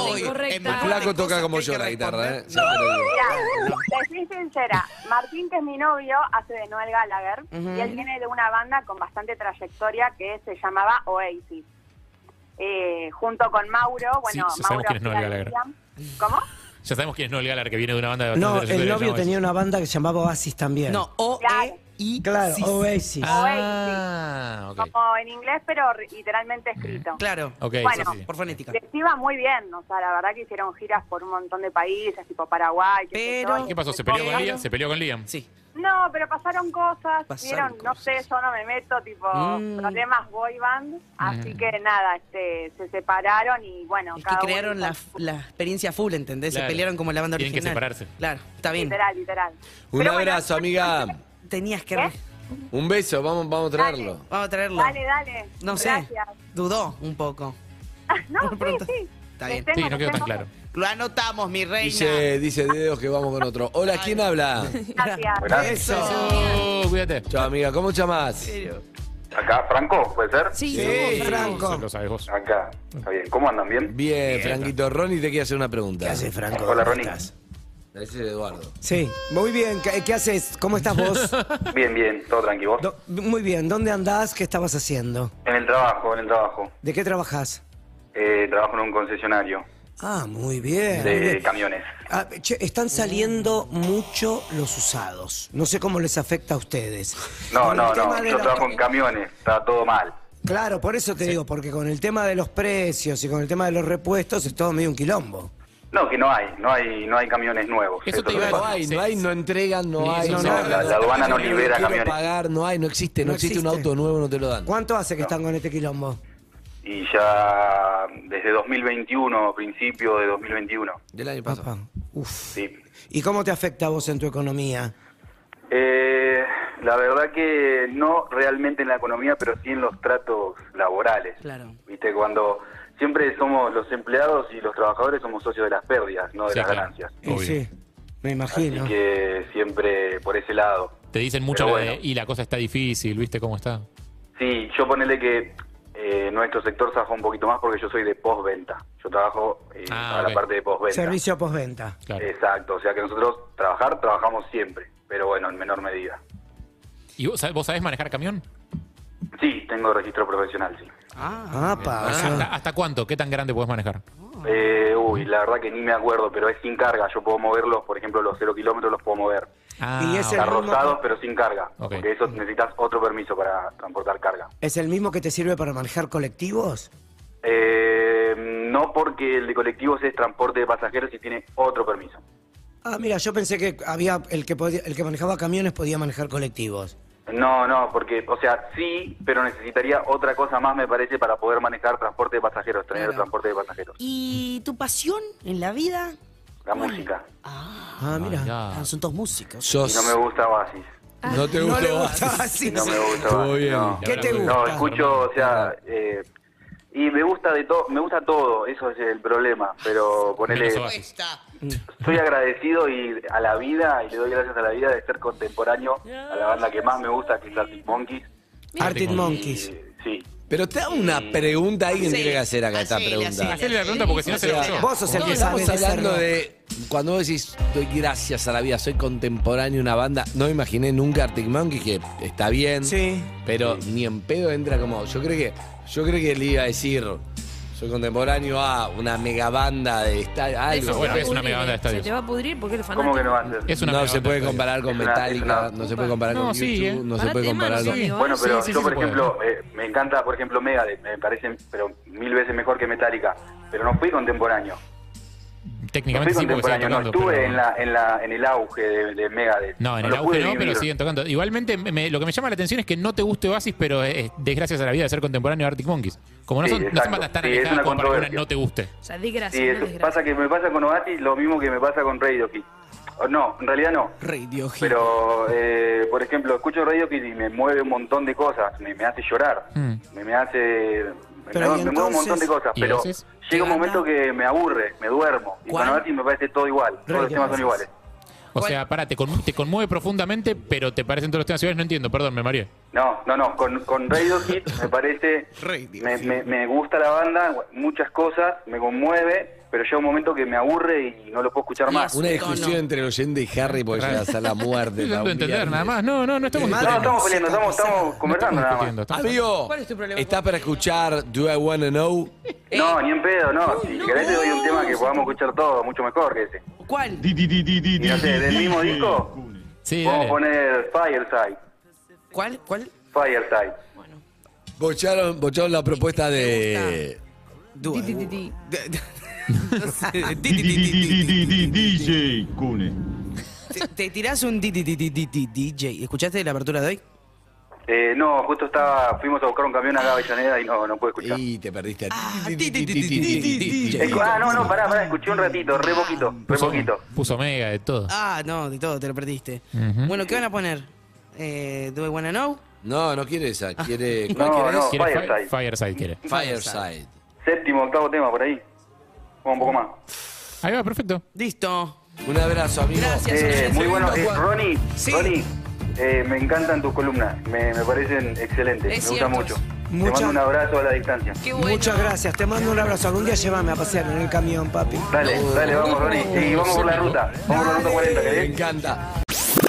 [SPEAKER 5] Hoy,
[SPEAKER 6] Correcta.
[SPEAKER 2] El flaco toca como yo la guitarra, ¿eh? Ya te lo digo.
[SPEAKER 10] Mira, te soy sincera. Martín, que es mi novio, hace de Noel Gallagher. Y él viene de una banda con bastante trayectoria que se llamaba Oasis. Eh, junto con Mauro, bueno,
[SPEAKER 4] Sí, sabemos
[SPEAKER 10] Mauro.
[SPEAKER 4] quién es Noel
[SPEAKER 10] hacía de
[SPEAKER 4] Gallagher.
[SPEAKER 10] Liam. ¿Cómo?
[SPEAKER 4] Ya sabemos quién es Noel Galar, que viene de una banda de
[SPEAKER 3] No,
[SPEAKER 4] bastante
[SPEAKER 3] el
[SPEAKER 4] trayectoria,
[SPEAKER 3] novio
[SPEAKER 4] ¿no?
[SPEAKER 3] tenía una banda que se llamaba Oasis también.
[SPEAKER 5] No, O, E,
[SPEAKER 10] Claro.
[SPEAKER 5] I,
[SPEAKER 3] Claro, E.
[SPEAKER 5] sí, sí.
[SPEAKER 3] Oasis.
[SPEAKER 4] Ah, ok.
[SPEAKER 10] Como en inglés, pero ri- literalmente escrito.
[SPEAKER 5] Claro.
[SPEAKER 4] Ok,
[SPEAKER 10] Bueno.
[SPEAKER 4] sí, sí.
[SPEAKER 5] Por fonética.
[SPEAKER 10] Les iba muy bien, o sea, la verdad que hicieron giras por un montón de países, tipo Paraguay. qué sé
[SPEAKER 5] Pero-
[SPEAKER 10] yo, y
[SPEAKER 4] ¿Qué pasó? ¿Se
[SPEAKER 10] todo
[SPEAKER 4] peleó con
[SPEAKER 10] eso.
[SPEAKER 4] Liam? ¿Se peleó con Liam?
[SPEAKER 5] Sí.
[SPEAKER 10] No, pero pasaron cosas,
[SPEAKER 5] Pasaron
[SPEAKER 10] vieron, no sé, yo no me meto, tipo, problemas boy band, así que nada, este, se separaron y bueno,
[SPEAKER 5] Es que
[SPEAKER 10] cada uno
[SPEAKER 5] crearon
[SPEAKER 10] hizo
[SPEAKER 5] la, la experiencia full, ¿entendés?
[SPEAKER 4] Claro.
[SPEAKER 5] Se pelearon como la banda
[SPEAKER 4] Tienen que
[SPEAKER 5] original.
[SPEAKER 4] separarse.
[SPEAKER 5] Claro, está bien.
[SPEAKER 10] Literal, literal.
[SPEAKER 2] Un
[SPEAKER 10] Pero bueno,
[SPEAKER 2] abrazo, amiga.
[SPEAKER 5] Tenías que...
[SPEAKER 10] ¿Eh?
[SPEAKER 2] Un beso, vamos, vamos a traerlo.
[SPEAKER 5] Vamos a traerlo.
[SPEAKER 10] Dale, dale.
[SPEAKER 5] No sé.
[SPEAKER 10] Gracias. [LAUGHS]
[SPEAKER 5] Dudó un poco.
[SPEAKER 10] No,
[SPEAKER 5] Por pronto.
[SPEAKER 10] sí, sí.
[SPEAKER 5] Está bien.
[SPEAKER 10] Les tengo,
[SPEAKER 4] Sí, no
[SPEAKER 10] les
[SPEAKER 4] quedó tan
[SPEAKER 10] tengo.
[SPEAKER 4] claro.
[SPEAKER 5] Lo anotamos, mi reina.
[SPEAKER 2] Dice, dice Dedos que vamos con otro. Hola, ¿quién habla?
[SPEAKER 10] Gracias.
[SPEAKER 5] Eso.
[SPEAKER 4] Oh, cuídate.
[SPEAKER 2] Chao, amiga, ¿cómo te llamás?
[SPEAKER 7] Acá, Franco, ¿puede ser?
[SPEAKER 6] Sí,
[SPEAKER 3] Sí,
[SPEAKER 6] somos
[SPEAKER 4] Eso
[SPEAKER 3] Franco.
[SPEAKER 4] lo sabes vos.
[SPEAKER 7] Acá, está bien. ¿Cómo andan? ¿Bien?
[SPEAKER 2] Bien, Franquito. Ronnie te quiere hacer una pregunta.
[SPEAKER 3] ¿Qué haces, Franco?
[SPEAKER 7] Hola,
[SPEAKER 3] ¿Dónde
[SPEAKER 7] Ronnie.
[SPEAKER 3] estás?
[SPEAKER 2] Ese es Eduardo.
[SPEAKER 3] Sí, muy bien. ¿Qué, qué haces? ¿Cómo estás vos?
[SPEAKER 7] [LAUGHS] Bien, bien, todo tranquilo.
[SPEAKER 3] Do- muy bien. ¿Dónde andás? ¿Qué estabas haciendo?
[SPEAKER 7] En el trabajo, en el trabajo.
[SPEAKER 3] ¿De qué trabajás?
[SPEAKER 7] Eh, trabajo en un concesionario
[SPEAKER 3] Ah, muy bien. muy
[SPEAKER 7] de
[SPEAKER 3] bien.
[SPEAKER 7] camiones.
[SPEAKER 3] Ah, che,
[SPEAKER 5] Mm.
[SPEAKER 3] están saliendo mucho los usados. No sé cómo les afecta a ustedes.
[SPEAKER 7] [LAUGHS] No,
[SPEAKER 3] Con el
[SPEAKER 7] no,
[SPEAKER 3] tema
[SPEAKER 7] no.
[SPEAKER 3] de
[SPEAKER 7] Yo
[SPEAKER 3] los-
[SPEAKER 7] trabajo en camiones, está todo mal.
[SPEAKER 3] Claro, por eso te digo, porque con el tema de los precios y con el tema de los repuestos es todo medio un quilombo.
[SPEAKER 7] No, que no hay, no hay, no hay camiones nuevos.
[SPEAKER 4] Eso
[SPEAKER 7] Eso
[SPEAKER 4] te
[SPEAKER 7] es
[SPEAKER 4] iba
[SPEAKER 7] lo que
[SPEAKER 4] a
[SPEAKER 2] No
[SPEAKER 4] decir.
[SPEAKER 7] pasa.
[SPEAKER 2] hay, no hay, no entregan, no hay.
[SPEAKER 4] sí,
[SPEAKER 2] No,
[SPEAKER 4] sí,
[SPEAKER 2] no,
[SPEAKER 4] sí.
[SPEAKER 7] La- la aduana no
[SPEAKER 2] Yo
[SPEAKER 7] libera
[SPEAKER 2] quiero
[SPEAKER 7] camiones.
[SPEAKER 2] pagar, no hay, no existe, no,
[SPEAKER 3] No
[SPEAKER 2] existe un
[SPEAKER 3] existe.
[SPEAKER 2] auto nuevo, no te lo dan.
[SPEAKER 3] ¿Cuánto hace que están con este quilombo?
[SPEAKER 7] Y ya desde 2021, principio de 2021.
[SPEAKER 2] Del año pasado.
[SPEAKER 3] Papá, uf.
[SPEAKER 7] Sí.
[SPEAKER 3] ¿Y cómo te afecta a vos en tu economía?
[SPEAKER 7] Eh,
[SPEAKER 10] La verdad que no realmente en la economía, pero sí en los tratos laborales.
[SPEAKER 5] Claro.
[SPEAKER 10] Viste, cuando siempre somos los empleados y los trabajadores somos socios de las pérdidas, no de
[SPEAKER 4] Sí,
[SPEAKER 10] las
[SPEAKER 4] claro.
[SPEAKER 10] ganancias.
[SPEAKER 3] Y sí, me
[SPEAKER 10] Así
[SPEAKER 3] imagino.
[SPEAKER 10] que siempre por ese lado.
[SPEAKER 4] Te dicen mucho
[SPEAKER 10] Pero
[SPEAKER 4] lo de,
[SPEAKER 10] bueno.
[SPEAKER 4] y la cosa está difícil, ¿viste cómo está?
[SPEAKER 10] Sí, yo ponele que eh, nuestro sector zafó un poquito más porque yo soy de postventa. Yo trabajo eh,
[SPEAKER 4] Ah,
[SPEAKER 10] para
[SPEAKER 4] ok.
[SPEAKER 10] la parte de postventa.
[SPEAKER 3] Servicio postventa.
[SPEAKER 4] Claro.
[SPEAKER 10] Exacto, o sea que nosotros trabajar, trabajamos siempre, pero bueno, en menor medida.
[SPEAKER 4] ¿Y vos, sab- vos sabés manejar camión?
[SPEAKER 10] Sí, tengo registro profesional, sí.
[SPEAKER 3] Ah, pa, o sea,
[SPEAKER 4] ¿Hasta, hasta cuánto? ¿Qué tan grande podés manejar?
[SPEAKER 10] Eh, uy, la verdad que ni me acuerdo, pero es sin carga. Yo puedo moverlos, por ejemplo, los cero kilómetros los puedo mover.
[SPEAKER 4] Ah,
[SPEAKER 3] Y ese-
[SPEAKER 4] ok. Ah,
[SPEAKER 10] Arrozados, pero sin carga.
[SPEAKER 4] Ok.
[SPEAKER 10] Porque eso necesitas otro permiso para transportar carga.
[SPEAKER 3] ¿Es el mismo que te sirve para manejar colectivos?
[SPEAKER 10] Eh, no porque el de colectivos es transporte de pasajeros y tiene otro permiso.
[SPEAKER 3] Ah, mira, yo pensé que había el que podía- el que manejaba camiones podía manejar colectivos.
[SPEAKER 10] No, no, porque, o sea, sí, pero necesitaría otra cosa más, me parece, para poder manejar transporte de pasajeros, tener
[SPEAKER 11] Claro.
[SPEAKER 10] transporte de pasajeros.
[SPEAKER 11] ¿Y tu pasión en la vida?
[SPEAKER 10] La
[SPEAKER 11] ¿Cuál?
[SPEAKER 10] música.
[SPEAKER 3] Ah, mira.
[SPEAKER 11] Ah, son dos músicos.
[SPEAKER 2] Sos,
[SPEAKER 10] Y no me gusta Oasis.
[SPEAKER 2] no te
[SPEAKER 3] Ah, No
[SPEAKER 2] gusta.
[SPEAKER 3] le gusta así.
[SPEAKER 10] No me
[SPEAKER 2] [LAUGHS]
[SPEAKER 10] gusta.
[SPEAKER 2] Estuvo bien.
[SPEAKER 10] no.
[SPEAKER 3] ¿Qué te gusta?
[SPEAKER 10] No, escucho, o sea, eh, y me gusta de todo, me gusta todo, eso es el problema, pero ponele,
[SPEAKER 4] [LAUGHS] Menos Oasis.
[SPEAKER 10] estoy agradecido y a la vida y le doy gracias a la vida de ser contemporáneo a la banda que más me gusta, que es Arctic Monkeys.
[SPEAKER 3] Arctic Monkeys.
[SPEAKER 10] Y, sí.
[SPEAKER 2] Pero te hago una pregunta, alguien tiene que hacer acá esta pregunta.
[SPEAKER 4] Hacele la pregunta porque si no se lo hago yo.
[SPEAKER 3] Vos sos el
[SPEAKER 2] No,
[SPEAKER 3] que
[SPEAKER 2] estamos
[SPEAKER 3] sabe de ese
[SPEAKER 2] hablando
[SPEAKER 3] rock.
[SPEAKER 2] de cuando vos decís doy gracias a la vida, soy contemporáneo de una banda, no me imaginé nunca Arctic Monkeys que está bien,
[SPEAKER 3] Sí.
[SPEAKER 2] pero ni en pedo entra como yo creo que yo creo que le iba a decir soy contemporáneo a una mega banda de esta- algo.
[SPEAKER 4] Eso, bueno,
[SPEAKER 6] se
[SPEAKER 4] es una
[SPEAKER 6] pudrir,
[SPEAKER 4] mega banda de
[SPEAKER 6] eh.
[SPEAKER 4] estadios.
[SPEAKER 6] Se te va a pudrir porque el fanático.
[SPEAKER 10] ¿Cómo que no va a ser?
[SPEAKER 4] Es una
[SPEAKER 2] no
[SPEAKER 4] mega
[SPEAKER 2] se
[SPEAKER 4] banda.
[SPEAKER 2] puede comparar con
[SPEAKER 10] Es una-
[SPEAKER 2] Metallica,
[SPEAKER 10] es una-
[SPEAKER 2] no se puede comparar
[SPEAKER 4] No,
[SPEAKER 2] con
[SPEAKER 4] sí,
[SPEAKER 2] YouTube,
[SPEAKER 4] eh.
[SPEAKER 2] no se
[SPEAKER 6] Pará,
[SPEAKER 2] puede
[SPEAKER 6] tema,
[SPEAKER 2] comparar
[SPEAKER 6] no
[SPEAKER 2] con...
[SPEAKER 6] sé.
[SPEAKER 10] Bueno,
[SPEAKER 4] Sí,
[SPEAKER 10] pero
[SPEAKER 4] sí,
[SPEAKER 10] yo,
[SPEAKER 4] sí
[SPEAKER 10] por
[SPEAKER 4] se puede.
[SPEAKER 10] ejemplo, eh, me encanta, por ejemplo, Megadeth, me parecen pero mil veces mejor que Metallica, pero no fui contemporáneo. No fui
[SPEAKER 4] Técnicamente sí, porque siguen
[SPEAKER 10] contemporáneo, no
[SPEAKER 4] tocando.
[SPEAKER 10] estuve
[SPEAKER 4] pero-
[SPEAKER 10] en, la, en, la, en el auge de, de Megadeth.
[SPEAKER 4] No, en el
[SPEAKER 10] lo
[SPEAKER 4] auge
[SPEAKER 10] pude
[SPEAKER 4] no, pero
[SPEAKER 10] vivir.
[SPEAKER 4] siguen tocando. Igualmente, me- me- lo que me llama la atención es que no te guste Oasis, pero es desgracias a la vida de ser contemporáneo de Arctic Monkeys. Como no
[SPEAKER 10] Sí,
[SPEAKER 4] son, no
[SPEAKER 10] exacto.
[SPEAKER 4] son bandas tan
[SPEAKER 10] Sí, es
[SPEAKER 4] alejadas
[SPEAKER 10] una
[SPEAKER 4] como para que una
[SPEAKER 10] controversia.
[SPEAKER 4] no te guste.
[SPEAKER 6] O sea, di gracias,
[SPEAKER 10] Sí,
[SPEAKER 6] no
[SPEAKER 10] eso.
[SPEAKER 6] des gracias.
[SPEAKER 10] pasa que me pasa con Oasis lo mismo que me pasa con Radiohead. O No, en realidad no.
[SPEAKER 8] Radiohead.
[SPEAKER 10] Pero, eh, por ejemplo, escucho Radiohead y me mueve un montón de cosas. Me, me hace llorar.
[SPEAKER 4] Mm.
[SPEAKER 10] Me, me hace... Me,
[SPEAKER 3] Pero,
[SPEAKER 10] me
[SPEAKER 3] ¿y
[SPEAKER 10] mueve un montón de
[SPEAKER 3] entonces?
[SPEAKER 10] cosas.
[SPEAKER 4] ¿Y
[SPEAKER 10] Pero
[SPEAKER 4] entonces?
[SPEAKER 10] llega un
[SPEAKER 11] ¿Qué
[SPEAKER 10] momento que me aburre, me duermo. Y
[SPEAKER 3] ¿Cuál?
[SPEAKER 10] con Oasis me parece todo igual. Todos los
[SPEAKER 3] Radiohead.
[SPEAKER 10] temas son iguales.
[SPEAKER 4] O sea, pará, te, conmu- te conmueve profundamente, pero te parecen todos los temas iguales. No entiendo, perdón, me mareé.
[SPEAKER 10] No, no, no. Con,
[SPEAKER 3] [LAUGHS]
[SPEAKER 10] con Radiohead me parece... me, me, me gusta la banda, muchas cosas, me conmueve. Pero llega un momento que me aburre y no lo puedo escuchar
[SPEAKER 11] Y
[SPEAKER 10] más.
[SPEAKER 2] Una
[SPEAKER 11] No, no.
[SPEAKER 2] discusión entre el oyente y Harry porque llega a ser la muerte.
[SPEAKER 4] No
[SPEAKER 2] para
[SPEAKER 4] puedo
[SPEAKER 2] un
[SPEAKER 4] entender
[SPEAKER 2] viernes.
[SPEAKER 4] nada más. No, no, no estamos
[SPEAKER 10] Ah, No, no
[SPEAKER 4] discutiendo.
[SPEAKER 10] estamos peleando, estamos, estamos conversando
[SPEAKER 4] No estamos
[SPEAKER 10] nada más.
[SPEAKER 4] discutiendo, estamos-
[SPEAKER 2] Amigo,
[SPEAKER 5] ¿Cuál es tu problema?
[SPEAKER 2] ¿estás para escuchar Do I Wanna Know?
[SPEAKER 10] No, ni en pedo, no. Si querés te doy un tema que podamos escuchar todos, mucho mejor que ese.
[SPEAKER 5] ¿Cuál?
[SPEAKER 10] Y no sé, del mismo disco,
[SPEAKER 4] Sí,
[SPEAKER 10] vamos
[SPEAKER 4] dale.
[SPEAKER 10] a poner Fireside.
[SPEAKER 5] ¿Cuál? ¿Cuál?
[SPEAKER 3] [LAUGHS]
[SPEAKER 10] Fireside.
[SPEAKER 2] Bocharon, bocharon la propuesta de.
[SPEAKER 3] Dúo.
[SPEAKER 6] Ti, ti, ti.
[SPEAKER 12] DJ Cune.
[SPEAKER 5] ¿Te, te tirás un di- di- di- di- di- di- DJ? ¿Escuchaste la apertura de hoy?
[SPEAKER 10] Eh, no, justo estaba, fuimos a buscar un camión acá a Avellaneda y no, no pude escuchar.
[SPEAKER 2] Y te perdiste.
[SPEAKER 5] Ah, ti, ti, ti, ti, ti, ti, ti.
[SPEAKER 10] Escu- Ah, no, no, pará, pará, escuché un ratito, re poquito, re
[SPEAKER 4] Puso,
[SPEAKER 10] poquito.
[SPEAKER 4] puso mega de todo.
[SPEAKER 5] Ah, no, de todo, te lo perdiste.
[SPEAKER 4] Ujú.
[SPEAKER 5] Bueno, ¿qué van a poner? Eh, ¿Do I wanna know?
[SPEAKER 2] No, no quiere esa, quiere.
[SPEAKER 10] No, no,
[SPEAKER 4] ¿Quiere fi-
[SPEAKER 10] Fireside.
[SPEAKER 4] Fireside quiere.
[SPEAKER 2] Fireside.
[SPEAKER 10] Séptimo, octavo tema, por ahí. Vamos un poco más.
[SPEAKER 4] Ahí va, perfecto.
[SPEAKER 5] Listo.
[SPEAKER 2] Un abrazo, amigo.
[SPEAKER 5] Gracias,
[SPEAKER 10] Eh, muy bueno. Eh, Ronnie,
[SPEAKER 3] Sí.
[SPEAKER 10] Ronnie, eh, me encantan tus columnas, me, me parecen excelentes, me
[SPEAKER 5] Es
[SPEAKER 10] gustan
[SPEAKER 5] cierto.
[SPEAKER 10] mucho. Te
[SPEAKER 3] Muchas-
[SPEAKER 10] mando un abrazo a la distancia.
[SPEAKER 5] Qué bueno.
[SPEAKER 3] Muchas gracias, te mando un abrazo. Algún día llévame a pasear en el camión, papi.
[SPEAKER 10] Dale, dale, vamos, Ronnie. Sí, vamos por la ruta. Vamos por la ruta 40,
[SPEAKER 2] Me
[SPEAKER 10] ¿querés?
[SPEAKER 2] encanta.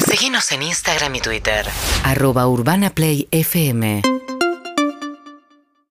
[SPEAKER 1] Seguinos en Instagram y Twitter. Arroba Urbana Play FM